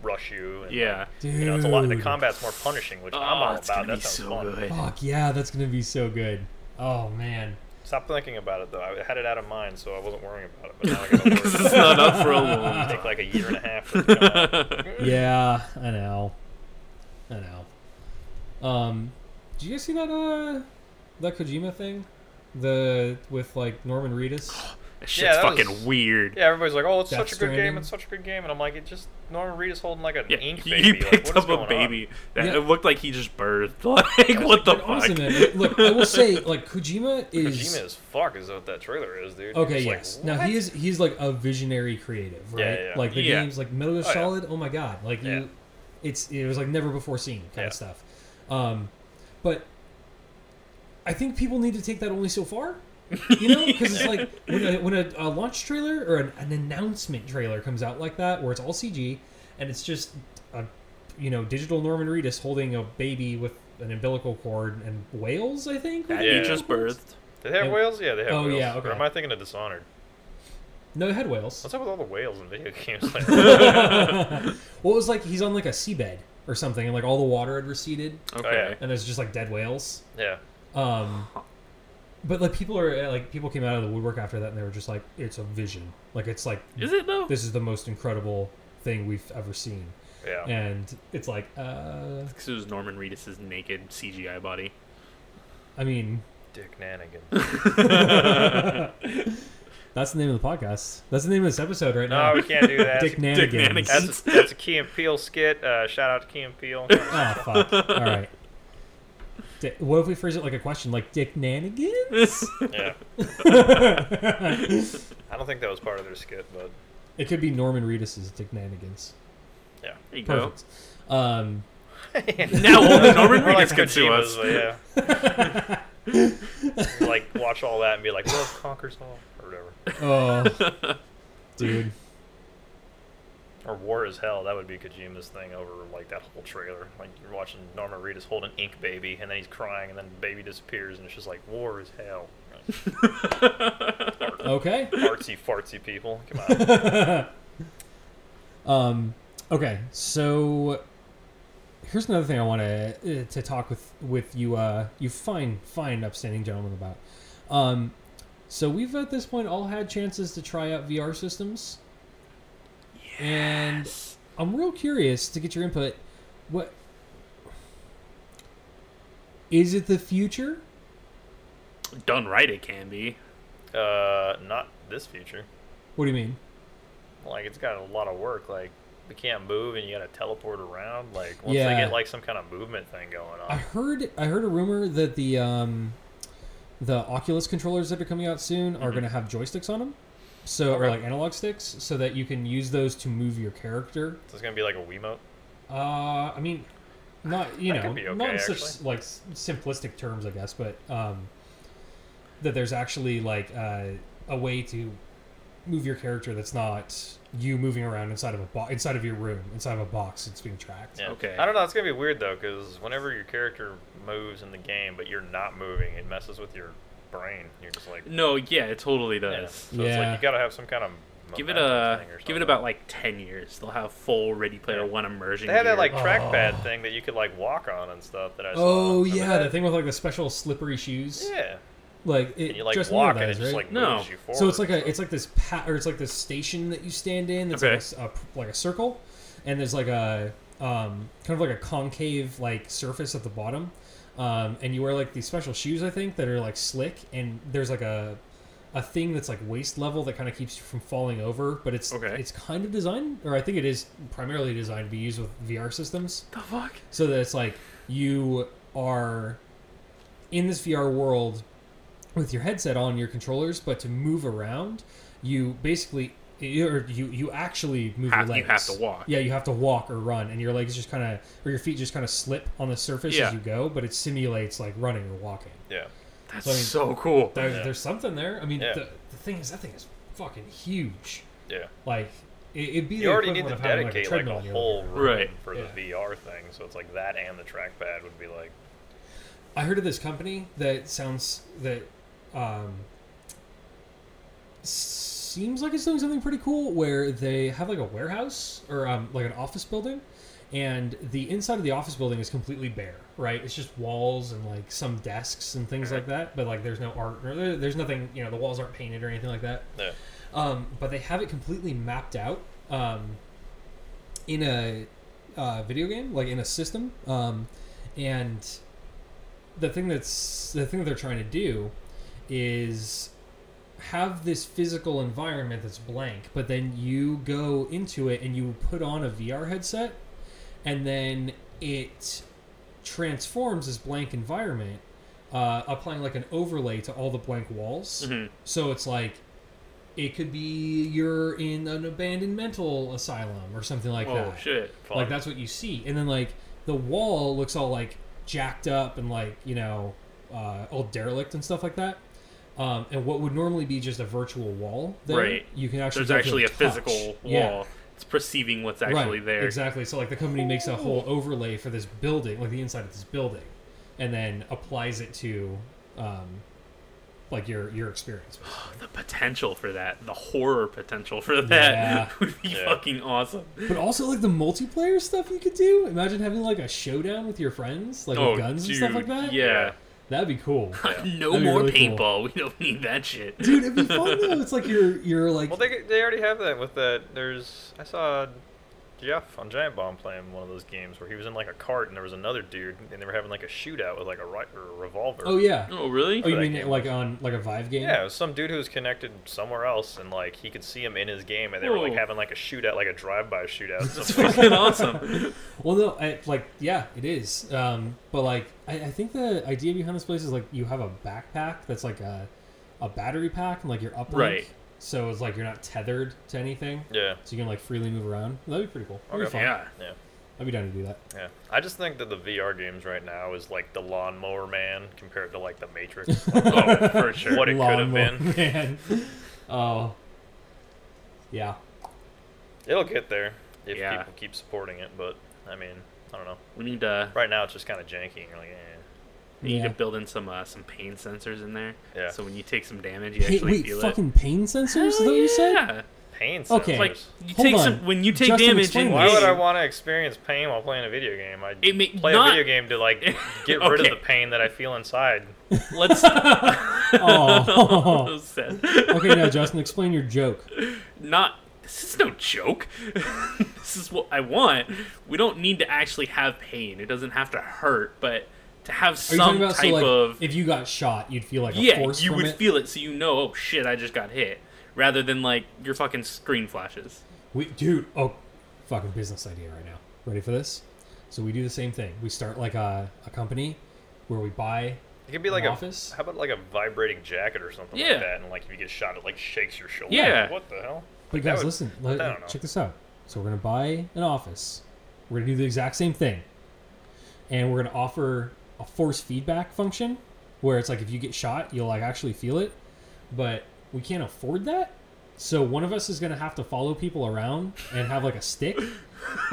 rush you. And,
Yeah.
Dude,
like, you know, it's a lot. The combat's more punishing, which I'm
Oh,
all
it's
about.
gonna
That
be
sounds
so
fun.
good.
Fuck yeah, that's gonna be so good. Oh man,
Stop thinking about it though. I had it out of mind, so I wasn't worrying about it. But now I gotta worry.
'Cause
about
it's
it.
not up for a long
It'll
time.
take like a year and a half. For it to come out.
yeah, I know, I know. Um, did you guys see that uh that Kojima thing? The with like Norman Reedus.
That shit's
that
fucking
was-
weird.
Yeah, everybody's like, "Oh, it's
Death
such a good game.
Stranding.
It's such a good game," and I'm like, "It just Norman Reedus holding like an
Yeah,
ink
he
baby. Like,
picked
what is
up
going
a
on?
baby. That,
Yeah.
It looked like he just birthed. Like, what the
Dude, honestly,
fuck?
man, it- look, I will say like Kojima is.
Kojima as fuck is what that trailer is, dude.
Okay.
It's like,
yes. now
what?
he is. He's like a visionary creative, right?
Yeah, yeah, yeah.
Like the
Yeah.
games, like Metal Gear
Oh, yeah.
Solid. Oh my god! Like you,
Yeah.
it's it was like never before seen kind
Yeah.
of stuff. Um, but I think people need to take that only so far. You know, because it's like when a, when a, a launch trailer or an, an announcement trailer comes out like that, where it's all CG and it's just a you know digital Norman Reedus holding a baby with an umbilical cord and whales. I think. were
That
the
he
Yeah.
just
umbilical cords?
birthed.
Do they have
Oh,
whales? Yeah, they have
oh,
whales.
yeah, okay.
Or am I thinking of Dishonored?
No, it had whales.
What's up with all the whales in video games? Like,
Well, it was like he's on like a seabed or something, and like all the water had receded,
Oh,
Okay.
and there's just like dead whales.
yeah.
Um, but like people are eh, like people came out of the woodwork after that, and they were just like, "It's a vision. Like it's like
Is it though?
this is the most incredible thing we've ever seen."
Yeah.
And it's like, uh,
Because it was Norman Reedus's naked CGI body.
I mean,
Dick Nanigan.
that's the name of the podcast. That's the name of this episode right
No,
now.
we can't do that.
Dick Nanigans.
Dick
That's, a, that's a Key and Peele skit. Uh, shout out to Key and Peele.
Ah, fuck. All right. Dick, what if we phrase it like a question, like Dick Nanigan?
yeah. I don't think that was part of their skit, but
It could be Norman Reedus's Dick Nanigans.
yeah.
There you go.
Perfect. Um,
Now only Norman
We're like
Reedus can sue
Kojima's,
us.
but yeah. like watch all that and be like, "Love conquers all," or whatever.
oh, dude.
Or War is Hell. That would be Kojima's thing over like that whole trailer. Like you're watching Norman Reedus hold an ink baby, and then he's crying, and then the baby disappears, and it's just like War is Hell.
Okay.
Artsy fartsy people, come on.
Um, okay. So here's another thing I want to uh, to talk with with you uh you fine fine upstanding gentlemen about. Um, so we've at this point all had chances to try out VR systems, and
Yes.
I'm real curious to get your input. What is it the future?
Done right, it can be.
uh, not this future.
What do you mean?
Like it's got a lot of work. Like we can't move, and you gotta teleport around. Like once
Yeah.
they get like some kind of movement thing going
I
on,
heard I heard a rumor that the um the Oculus controllers that are coming out soon are going to have joysticks on them, so or
Mm-hmm. Okay.
like analog sticks, so that you can use those to move your character.
So it's gonna be like a Wiimote.
Uh, I mean, not you
That
know,
could be
not
okay,
in such
actually.
like s- simplistic terms, I guess, but um, that there's actually like uh, a way to move your character that's not you moving around inside of a box, inside of your room, inside of a box. It's being tracked.
Yeah.
Okay.
I don't know. It's gonna be weird though, because whenever your character moves in the game, but you're not moving, it messes with your brain. You're just like,
No, yeah, it totally
yeah.
does.
So it's
Yeah.
like you gotta have some kind of
Give it
momentum
a
thing or
give it
something.
about like ten years. They'll have full Ready Player
Yeah.
One immersion.
They had that
gear.
like trackpad
Oh.
thing that you could like walk on and stuff. That I saw.
Oh
I mean,
yeah,
that-
the thing with like the special slippery shoes.
Yeah,
Like it
and you like
just
walk and
none
it
of
just
those, right?
like
No.
moves you forward.
so it's like a it's like this pat or it's like this station that you stand in. It's
Okay.
like, a s- a, p- like a circle, and there's like a um, kind of like a concave like surface at the bottom, um, and you wear like these special shoes I think that are like slick, and there's like a a thing that's like waist level that kind of keeps you from falling over, but it's
Okay.
it's kind of designed, or I think it is primarily designed to be used with VR systems
the fuck.
so that it's like you are in this VR world with your headset on, your controllers, but to move around, you basically you or you you actually move
Have-
your
you
legs.
have to walk.
Yeah, you have to walk or run, and your legs just kind of or your feet just kind of slip on the surface
Yeah.
as you go, but it simulates like running or walking.
yeah.
That's
So, I mean-
so cool.
There,
Yeah.
There's something there. I mean,
Yeah.
the, the thing is, that thing is fucking huge.
Yeah,
Like it, it'd be
you
the
already need to
equivalent of having,
dedicate
like a,
like
treadmill
a
in your living
whole
room.
room
Right.
for
Yeah.
the VR thing, so it's like that and the trackpad would be like
I heard of this company that sounds that um, seems like it's doing something pretty cool where they have like a warehouse or um, like an office building and the inside of the office building is completely bare right it's just walls and like some desks and things like that but like there's no art or there- there's nothing you know the walls aren't painted or anything like that
yeah,
um, but they have it completely mapped out um, in a uh, video game, like in a system. Um, and the thing that's the thing that they're trying to do is have this physical environment that's blank, but then you go into it and you put on a VR headset, and then it transforms this blank environment, uh, applying like an overlay to all the blank walls.
Mhm.
So it's like it could be you're in an abandoned mental asylum or something like
oh
that.
shit.
fun.
Like that's what you see, and then like the wall looks all like jacked up and like you know uh, all derelict and stuff like that. Um, and what would normally be just a virtual wall, there,
Right.
You can actually
There's
go to
actually a
touch.
physical wall.
Yeah.
It's perceiving what's actually
right.
there.
Exactly. So like the company makes a whole overlay for this building, like the inside of this building, and then applies it to um, like your your experience.
The potential for that, the horror potential for that,
Yeah.
would be
Yeah.
fucking awesome.
But also like the multiplayer stuff you could do. Imagine having like a showdown with your friends, like
oh,
with guns and
dude,
stuff like that.
Yeah.
that'd be cool.
no
That'd be
more
really cool.
paintball. We don't need that shit.
Dude, it'd be fun though. It's like you're you're like
Well, they they already have that with that. There's I saw Jeff on Giant Bomb playing one of those games where he was in like a cart and there was another dude and they were having like a shootout with like a, ri- or a revolver.
oh yeah.
oh, really?
Oh, you
that
mean
game.
like on like a Vive game?
Yeah, it was some dude who was connected somewhere else, and like he could see him in his game, and they were like
Whoa.
having like a shootout, like a drive-by shootout.
That's fucking awesome.
Well, no, I, like yeah, it is. Um, but like I, I think the idea behind this place is like you have a backpack that's like a a battery pack and like you're uplink.
Right.
So it's like you're not tethered to anything,
yeah,
so you can like freely move around. That'd be pretty cool. That'd be
Okay.
fun.
Yeah.
yeah,
I'd be down to do that.
yeah. I just think that the VR games right now is like the Lawnmower Man compared to like the Matrix. Like,
Oh, for sure.
What it could have
Lawnmower
been.
Man. Oh. Yeah.
It'll get there if
Yeah.
people keep supporting it, but I mean, I don't know.
We need uh, to
Right now, it's just kind of janky. And you're like, eh.
we need
Yeah.
to build in some uh, some pain sensors in there.
Yeah.
So when you take some damage, you
Pa-
actually
wait,
feel
fucking pain sensors? Is that
it.
what you said?
Yeah.
pain.
Okay.
sensors.
Like you
Hold
take
on.
some when you take
Justin,
damage.
explain
In
Why would I
game-
want to experience pain while playing a video game? I
It may-
play
not-
a video game to like get rid of
Okay.
the pain that I feel inside.
Let's.
Oh.
Sad.
okay, now Justin, explain your joke.
Not. This is no joke. this is what I want. We don't need to actually have pain. It doesn't have to hurt, but to
Are
have
you
some
talking about
type
so like
of
if you got shot, you'd feel like a
yeah,
force
you
from
would
it?
feel it, so you know, oh shit, I just got hit, rather than like your fucking screen flashes.
We, dude, oh, fucking business idea right now. Ready for this? So we do the same thing. We start like a, a company where we buy
It could be like
An
a
office?
How about like a vibrating jacket or something
Yeah.
like that? And like if you get shot, it like shakes your shoulder.
Yeah.
Like, what the hell?
But
That
guys,
would-
listen, let-
I don't know.
check this out. So we're gonna buy an office. We're gonna do the exact same thing, and we're gonna offer a force feedback function, where it's like if you get shot, you'll like actually feel it. But we can't afford that, so one of us is gonna have to follow people around and have like a stick,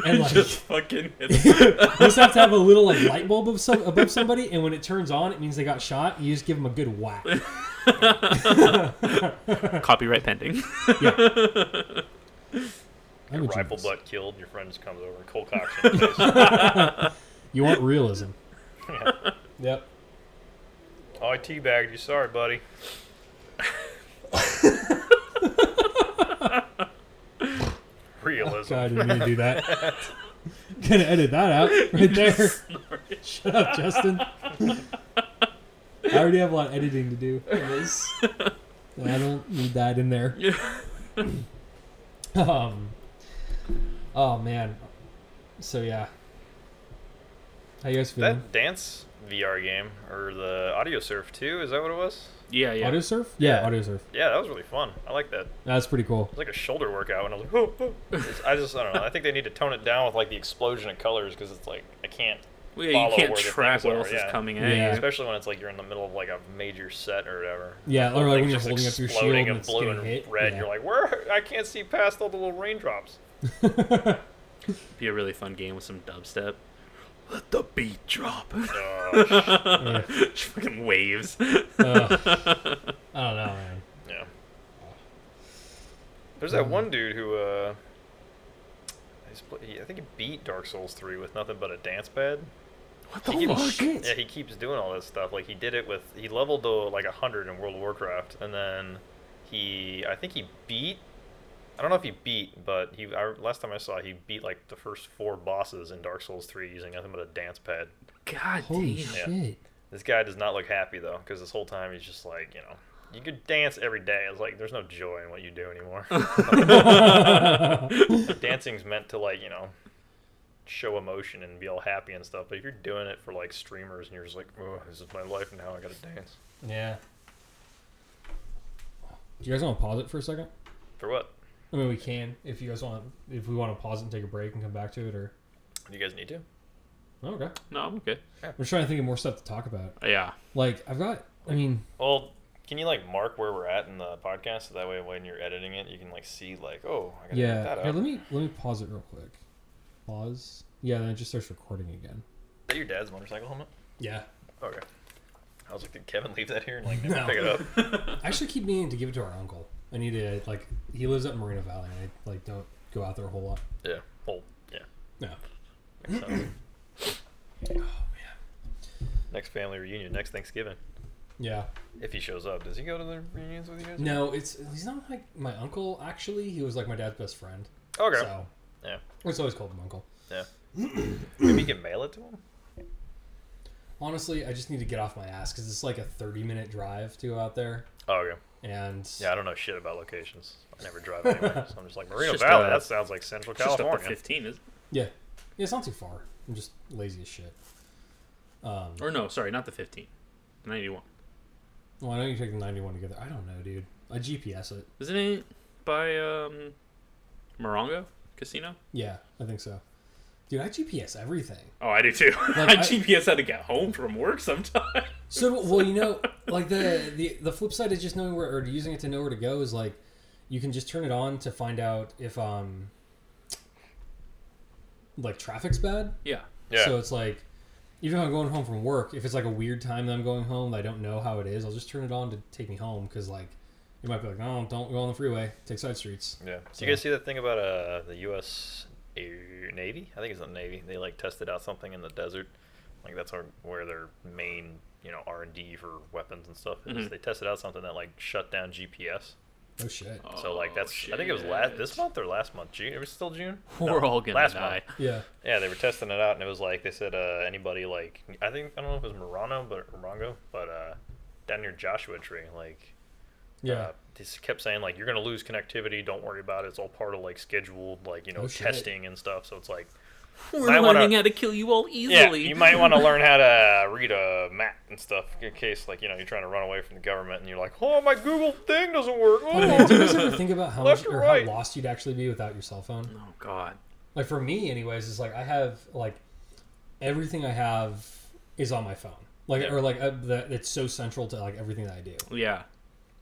and like
Just fucking.
you just have to have a little like light bulb of some, above somebody, and when it turns on, it means they got shot. You just give them a good whack.
Copyright pending.
I
Your
would do
rifle
this.
butt killed. Your friend just comes over and cold cocks you in the face.
You want realism? Yep.
Oh, I teabagged you. Sorry, buddy. Realism.
God, you need to do that. Gonna edit that out right there. Shut up, Justin. I already have a lot of editing to do on this. I don't need that in there. Um. Oh man. So yeah. How you guys feeling?
That dance VR game or the Audio Surf 2, is that what it was?
yeah, yeah.
Audio surf? Yeah,
Yeah.
audio surf.
Yeah, that was really fun. I like that.
That's pretty cool.
It's like a shoulder workout, and I was like, oh, oh. It's- I just, I don't know. I think they need to tone it down with like the explosion of colors because it's like I can't,
Well, yeah,
follow
you can't
where the
track
things
what
are,
else is
yeah.
coming
Yeah.
at you.
especially when it's like you're in the middle of like a major set or whatever.
Yeah, or like when
Things
you're
just
holding up your shield
exploding
and
in
it's
blue
getting
and
hit.
red.
yeah.
You're like, where? I can't see past all the little raindrops.
Be a really fun game with some dubstep. Let the beat drop.
Oh, sh-
Just fucking waves.
Ugh. I don't know, man.
yeah. There's
Um,
that one dude who, uh, he's, pl- he, I think he beat Dark Souls 3 with nothing but a dance pad.
What
He
the
keeps-
fuck?
shit.
Yeah, he keeps doing all this stuff. Like he did it with he leveled to like hundred in World of Warcraft, and then he I think he beat. I don't know if he beat, but he I, last time I saw he beat like the first four bosses in Dark Souls three using nothing but a dance pad.
God
Holy
damn.
Yeah.
shit.
This guy does not look happy though, because this whole time he's just like you know you could dance every day. It's like there's no joy in what you do anymore. Dancing's meant to like you know show emotion and be all happy and stuff, but if you're doing it for like streamers and you're just like, oh, this is my life now, I gotta dance.
Yeah. Do you guys want to pause it for a second?
For what?
I mean, we can if you guys want. If we want to pause it and take a break and come back to it, or
Do you guys need to?
okay.
No, I'm okay. Uh,
I'm just trying to think of more stuff to talk about.
Yeah.
Like I've got. I mean,
Well, can you like mark where we're at in the podcast so that way when you're editing it, you can like see like, oh, I gotta yeah, that
yeah.
up.
Here, let me let me pause it real quick. Pause. Yeah, then it just starts recording again.
Is that your dad's motorcycle helmet? Oh,
Yeah.
Okay. I was like, did Kevin leave that here and like never
No.
pick it up?
I actually keep needing to give it to our uncle. I need to like. He lives up in Marina Valley, and I like don't go out there a whole lot.
yeah. Well, yeah.
No.
Makes sense.
Oh,
Next family reunion, next Thanksgiving.
Yeah.
If he shows up, does he go to the reunions with you guys?
No, it's he's not like my uncle. Actually, he was like my dad's best friend.
Okay.
So
Yeah.
it's always called him uncle.
Yeah. Maybe you can mail it to him.
Honestly, I just need to get off my ass because it's like a 30 minute drive to go out there.
Oh, okay.
And
Yeah, I don't know shit about locations. I never drive anywhere, so I'm just like Marina
just,
Valley.
uh,
that sounds like Central
It's just up to
California.
15, is
yeah, Yeah, it's not too far. I'm just lazy as shit. Um,
Or no, sorry, not the 15. The 91.
why don't you take the 91 together? I don't know, dude. I GPS it.
Isn't it by um, Morongo Casino?
Yeah, I think so. Dude, I GPS everything.
Oh, I do too.
Like, I-
I GPS how to get home from work sometimes.
So well, you know, like the the the flip side is just knowing where or using it to know where to go is like you can just turn it on to find out if um like traffic's bad.
Yeah.
Yeah.
So it's like, even if I'm going home from work, if it's like a weird time that I'm going home, that I don't know how it is, I'll just turn it on to take me home because like, you might be like, oh, don't go on the freeway, take side streets.
Yeah. So
Yeah.
you guys see that thing about uh the U.S. Air Navy? I think it's the Navy. They like tested out something in the desert. Like that's where, where their main you know R and D for weapons and stuff is.
Mhm.
They tested out something that like shut down GPS.
Oh shit.
So like
Oh,
that's I think it was last
shit.
this month or last month. June. It was still June.
We're
No,
all gonna
last
die.
Month.
Yeah.
Yeah, they were testing it out, and it was like they said uh, anybody like I think I don't know if it was Murano, but Morongo, but uh, down near Joshua Tree, like
Yeah.
uh, they s- kept saying like you're gonna lose connectivity don't worry about it it's all part of like scheduled like you know
Oh, shit.
testing and stuff so it's like
We're
Might wanna-
learning how to kill you all
Yeah,
easily.
you might want to learn how to read a map and stuff in case, like, you know, you're trying to run away from the government and you're like, oh, my Google thing doesn't work.
But I mean, do you
Oh.
guys ever think about how
Left
much
or
or
right?
how lost you'd actually be without your cell phone?
Oh God.
Like for me, anyways, is like I have like everything I have is on my phone. Like
Yeah.
or like uh, the, it's so central to like everything that I do.
Yeah.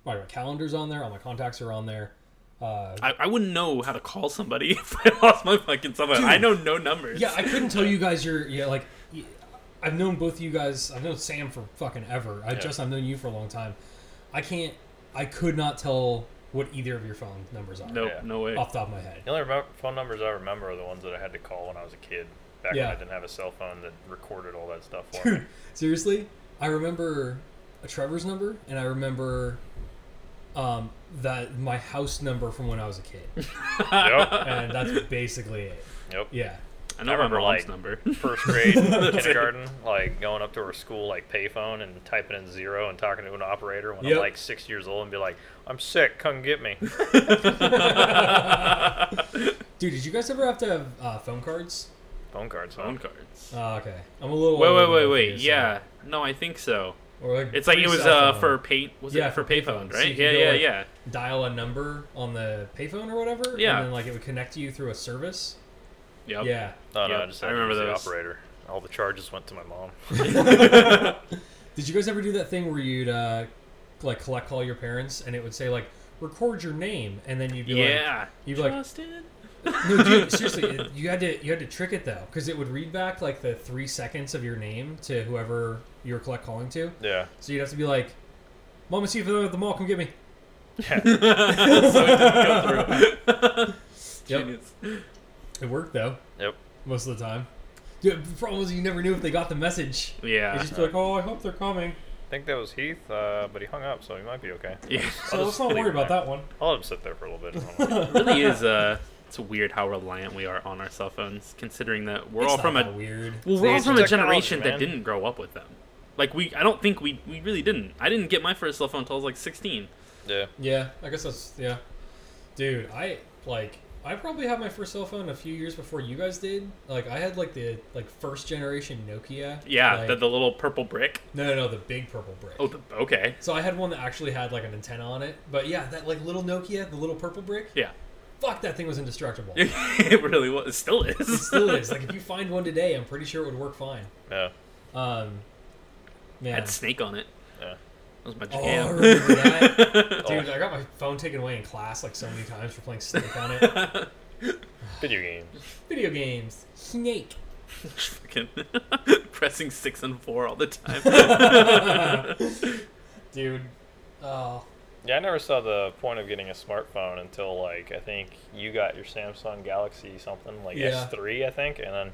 Like my calendar's on there, all my contacts are on there. Uh,
I, I wouldn't know how to call somebody if I lost my fucking cell phone. I know no numbers.
yeah, I couldn't tell you guys your yeah like. y- I've known both of you guys. I've known Sam for fucking ever. I just I've known you for a long time. I can't. I could not tell what either of your phone numbers are.
Nope.
Yeah.
No way.
Off the top of my head.
The only remem- phone numbers I remember are the ones that I had to call when I was a kid. Back
Yeah.
when I didn't have a cell phone that recorded all that stuff for me.
Dude, seriously, I remember a Trevor's number, and I remember um, that my house number from when I was a kid,
Yep.
and that's basically it.
Yep.
Yeah,
I know
I
my
remember,
mom's
like-
number.
First grade, kindergarten, like going up to her school, like payphone, and typing in zero and talking to an operator when
Yep.
I'm like six years old and be like, I'm sick, come get me.
dude, did you guys ever have to have uh, phone cards?
phone cards, huh?
Phone cards.
Uh, okay, I'm a little.
Wait,
older
wait,
than
wait,
both of
wait.
you, so-
Yeah. No, I think so.
Or like
It's like it was
pre-cell
uh
phone.
for pay. Was
Yeah,
it for
for
payphones,
payphones. So you
right?
could
yeah,
go,
yeah,
like-
yeah.
dial a number on the payphone or whatever.
Yeah.
and then like it would connect you through a service.
Yep.
Yeah,
No, no,
Yep,
I just
I
had to
remember
use
those.
the operator. All the charges went to my mom.
Did you guys ever do that thing where you'd uh, like collect call your parents and it would say like record your name and then you'd be
Yeah.
you'd be like-
Justin?
like no dude seriously it- you had to you had to trick it though because it would read back like the three seconds of your name to whoever you were collect calling to
Yeah.
so you'd have to be like mom and see if they're at the mall come get me
so it didn't go through.
Yep.
Genius.
it worked though
Yep.
most of the time Dude, the problem was you never knew if they got the message
Yeah.
You'd just be like oh I hope they're coming
I think that was Heath, uh, but he hung up, so he might be okay.
yeah.
so Oh, let's
just
not
leave
worry
it
about
there.
that one
I'll let him sit there for a little bit. I don't know.
It really is uh it's weird how reliant we are on our cell phones considering that we're
It's
all
not
from a
that weird
well
the
we're all
age of
from a
technology,
generation that
man.
didn't grow up with them like we i don't think we we really didn't i didn't get my first cell phone until i was like 16
yeah.
Yeah, I guess that's yeah. Dude, I like I probably had my first cell phone a few years before you guys did. Like I had like the like first generation Nokia.
yeah
like-
the, the little purple brick
no, no, no, the big purple brick.
oh the, okay
So I had one that actually had like an antenna on it. But yeah, that like little Nokia, the little purple brick.
yeah
Fuck, that thing was indestructible. it
it really was it still is
still is. Like if you find one today, I'm pretty sure it would work fine.
Yeah.
Um,
I
man.
had snake on it
Yeah.
that was my
Oh, I
jam
remember that.
Oh,
Dude, I got my phone taken away in class like so many times for playing Snake on it.
video games.
Video games. Snake.
Fucking pressing six and four all the time
Dude. Oh.
Yeah, I never saw the point of getting a smartphone until like I think you got your Samsung Galaxy something like
Yeah.
S3, I think, and then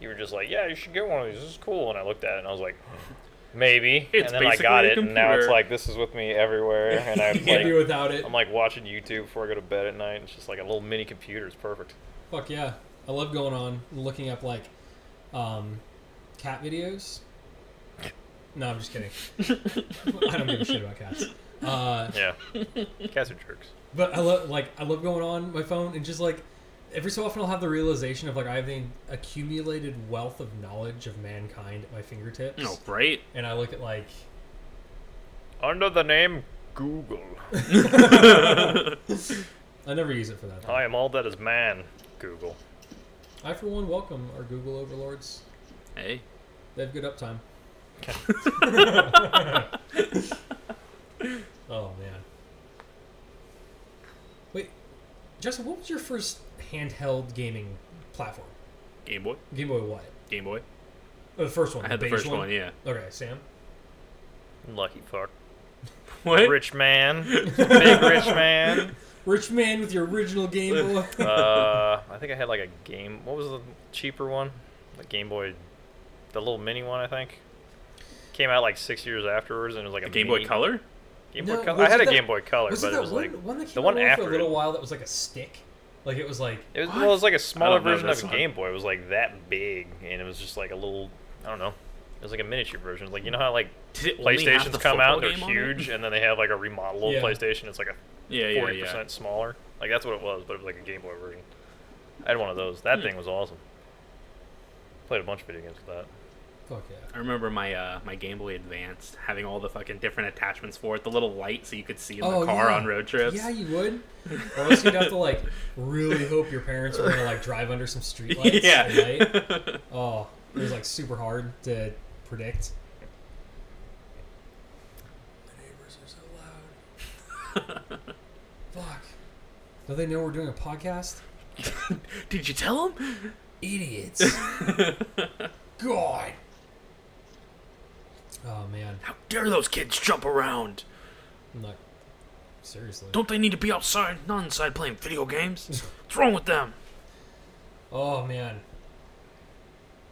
you were just like, "Yeah, you should get one of these. This is cool." And I looked at it and I was like, "Hmm, "Maybe."
It's
and then I got
basically a
it, and now it's
computer.
like this is with me everywhere, and I'm
You can't do
like,
without it.
I'm like watching YouTube before I go to bed at night. and It's just like a little mini computer. It's perfect.
Fuck yeah. I love going on and looking up like um cat videos. No, I'm just kidding. I don't give a shit about cats. Uh,
Yeah, cats are jerks.
but I love like I love going on my phone and just like every so often I'll have the realization of like I have the accumulated wealth of knowledge of mankind at my fingertips.
no Oh, right
And I look at like
Under the name Google,
I never use it for that. though.
I am all that is man. Google.
I for one welcome our Google overlords.
hey
They have good uptime. oh man. Wait, Justin, what was your first handheld gaming platform?
game boy
Game Boy what?
game boy
Oh, the first one.
i had the
beige
first one yeah
Okay, Sam.
Lucky fuck.
what
Rich man. Big rich man.
Rich man with your original Game Boy.
uh, I think I had like a game. What was the cheaper one? The Game Boy, the little mini one. I think came out like six years afterwards, and it was like a,
A Game Boy
mini-
Color?
Game Boy
No,
Color. I had
wasn't
a
that-
Game Boy Color,
was
but
it
it
that
was
one,
like
one that came
the one
along for
after
a
it.
little while that was like a stick? Like it was like
it was
What?
well, it was like a smaller
know
version of
this
a
one.
Game Boy. It was like that big, and it was just like a little. I don't know. It was like a miniature version. Like you know how like
Did it only have
PlayStations
the
come
football
out, they're
game on it?
huge, and then they have like a remodelable
Yeah.
PlayStation. It's like a
Yeah, yeah,
forty
yeah.
percent
Hmm.
smaller. Like that's what it was, but it was like a Game Boy version. I had one of those. That thing was awesome. Played a bunch of video games with that.
Fuck yeah.
I remember my uh, my Game Boy Advance having all the fucking different attachments for it. The little light so you could see in the car on road trips.
Oh, Yeah, you would. Or else you'd have to like really hope your parents were gonna like drive under some streetlights
Yeah.
at night. Oh, it was like super hard to predict. The neighbors are so loud. Fuck. Do they know we're doing a podcast?
Did you tell him?
Idiots. God. Oh man.
How dare those kids jump around?
I'm not seriously.
Don't they need to be outside, not inside playing video games? What's wrong with them?
Oh man.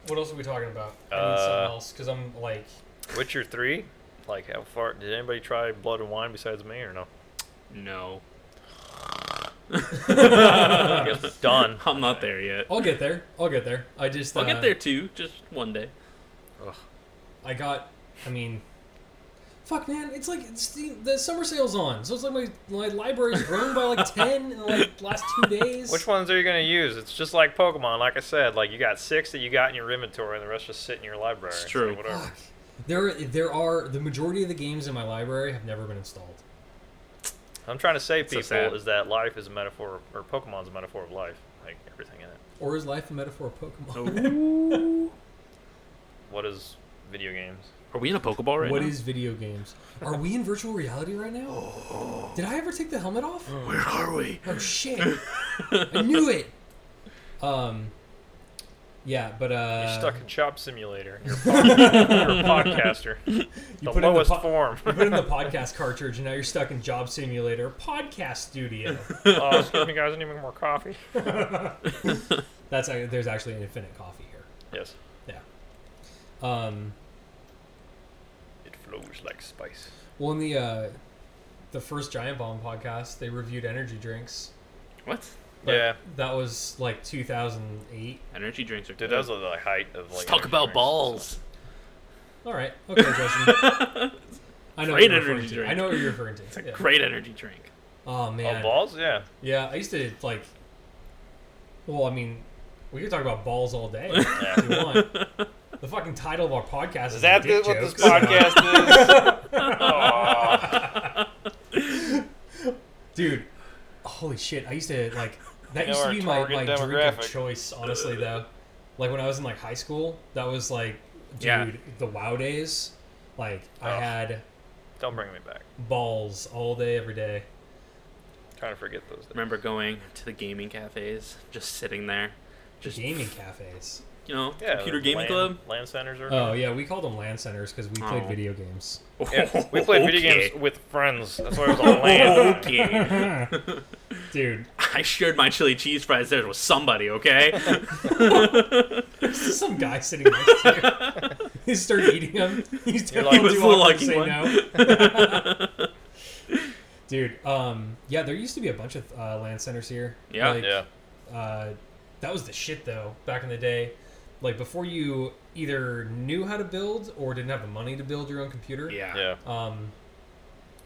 What else are we talking about? I need
Uh,
something else because I'm like,
Witcher three. Like how far did anybody try Blood and Wine besides me or no?
No,
I guess it's done.
I'm not there yet.
I'll get there. I'll get there. I just
I'll
Oh, uh,
get there too, just one day.
I got. I mean, fuck, man. It's like it's the, the summer sale's on, so it's like my my library's grown by like ten in the like, last two days.
Which ones are you gonna use? It's just like Pokemon, like I said. Like you got six that you got in your inventory, and the rest just sit in your library.
It's true.
So whatever.
Fuck. There, there are the majority of the games in my library have never been installed.
I'm trying to say,
so
people,
sad.
is that life is a metaphor, or Pokemon's a metaphor of life, like everything in it.
Or is life a metaphor of Pokemon?
Oh,
What is video games?
Are we in a Pokeball right
What
now?
is video games? Are we in virtual reality right now? Did I ever take the helmet off?
Where are we?
Oh shit! I knew it. Um. Yeah, but uh,
You're stuck in Shop Simulator. You're a, pod- you're a podcaster.
you
the
put in the
lowest
po-
form.
you put in the podcast cartridge, and now you're stuck in Job Simulator Podcast Studio.
oh, excuse me, guys. I need more coffee.
That's uh, there's actually an infinite coffee here.
Yes.
Yeah. Um.
It flows like spice.
Well, in the uh, the first Giant Bomb podcast, they reviewed energy drinks.
What?
But
yeah.
That was like 2008.
Energy drinks are
Dude,
good.
that was the like, height of like.
Let's talk
energy
about
drinks.
balls.
All right. Okay, Justin. I know what
Great
you're referring
energy
to.
drink.
I know what you're referring to. Yeah.
Great energy drink.
Oh man.
Oh, balls? Yeah.
Yeah, I used to like. Well, I mean, we could talk about balls all day if you want. The fucking title of our podcast is,
Is that
dick
what
jokes.
this podcast is?
dude? Holy shit! I used to like that
You know
used to
our
be my, my
target
drink of
demographic.
choice. Honestly, though, like when I was in like high school, that was like, dude,
Yeah.
the wow days. Like I
Ugh.
had
Don't bring me back.
balls all day, every day.
I'm trying to forget those. Days.
Remember going to the gaming cafes, just sitting there, just
Gaming cafes.
you know,
Yeah,
computer
the
gaming
land,
club.
Land centers or.
Oh yeah, we called them land centers because we played
Oh.
video games.
Yeah, we played video
Okay.
games with friends. That's why it was on land.
Okay.
Dude,
I shared my chili cheese fries there with somebody, okay?
There's some guy sitting next to you. he started eating them. He's
like,
definitely
"He was
too
the
awkward to say
lucky one."
no. Dude, um, yeah, there used to be a bunch of uh, land centers here.
Yeah.
Like,
Yeah.
Uh, that was the shit though back in the day. Like before you either knew how to build or didn't have the money to build your own computer.
Yeah.
Yeah.
Um,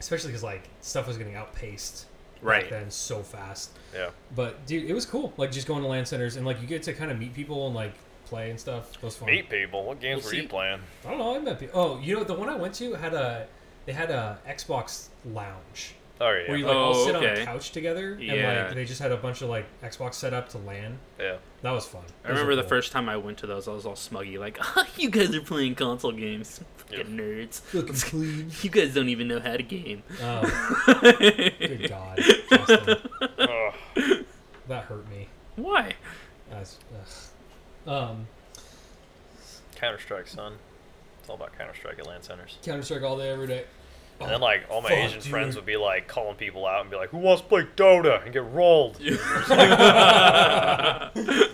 especially because like stuff was getting outpaced back
Right.
then so fast.
Yeah.
But dude, it was cool. Like just going to land centers and like you get to kind of meet people and like play and stuff. That was fun.
Meet people. What games
Well,
were
see-
you playing?
I don't know. I met people. Oh, you know the one I went to had a they had a Xbox lounge
Oh
where you
yeah.
like all
Oh,
sit on
okay.
a couch together and
Yeah.
like they just had a bunch of like Xbox set up to LAN.
Yeah.
That was fun. Those
I
were
remember the
cool.
first time I went to those, I was all smuggy, like, oh, you guys are playing console games.
Yeah.
Fucking nerds.
Fucking clean.
You guys don't even know how to game.
Oh, good God, Justin,
Ugh.
that hurt me.
Why?
That's, ugh. um,
Counter Strike, son. It's all about Counter Strike at land centers.
Counter Strike all day, every day.
And then like all my
Oh, fuck,
Asian
dude.
friends would be like calling people out and be like, "Who wants to play Dota?" and get rolled.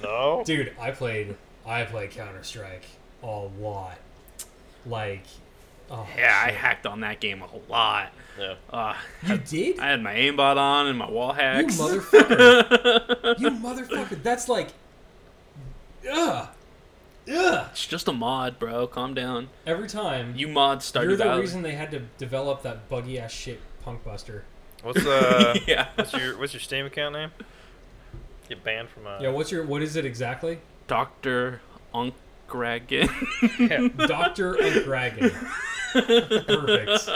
no.
Dude, I played I played Counter Strike a lot. Like, oh,
Yeah, I hacked on that game a lot.
Yeah.
Uh,
you did.
I had my aimbot on and my wall
You
hacks.
motherfucker. you motherfucker. That's like. Ugh. Ugh.
it's just a mod, bro. Calm down.
Every time.
You mod
are
Stardew
the
Valley.
reason they had to develop that buggy ass shit Punk Buster.
What's uh?
yeah.
What's your What's your Steam account name? Get banned from uh.
Yeah, what's your. What is it exactly?
Doctor Unc Dragon.
Yeah.
Doctor of Dragon. Perfect.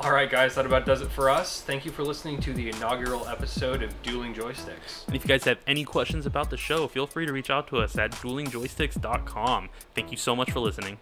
All right, guys, that about does it for us. Thank you for listening to the inaugural episode of Dueling Joysticks.
And if you guys have any questions about the show, feel free to reach out to us at duelingjoysticks.com. Thank you so much for listening.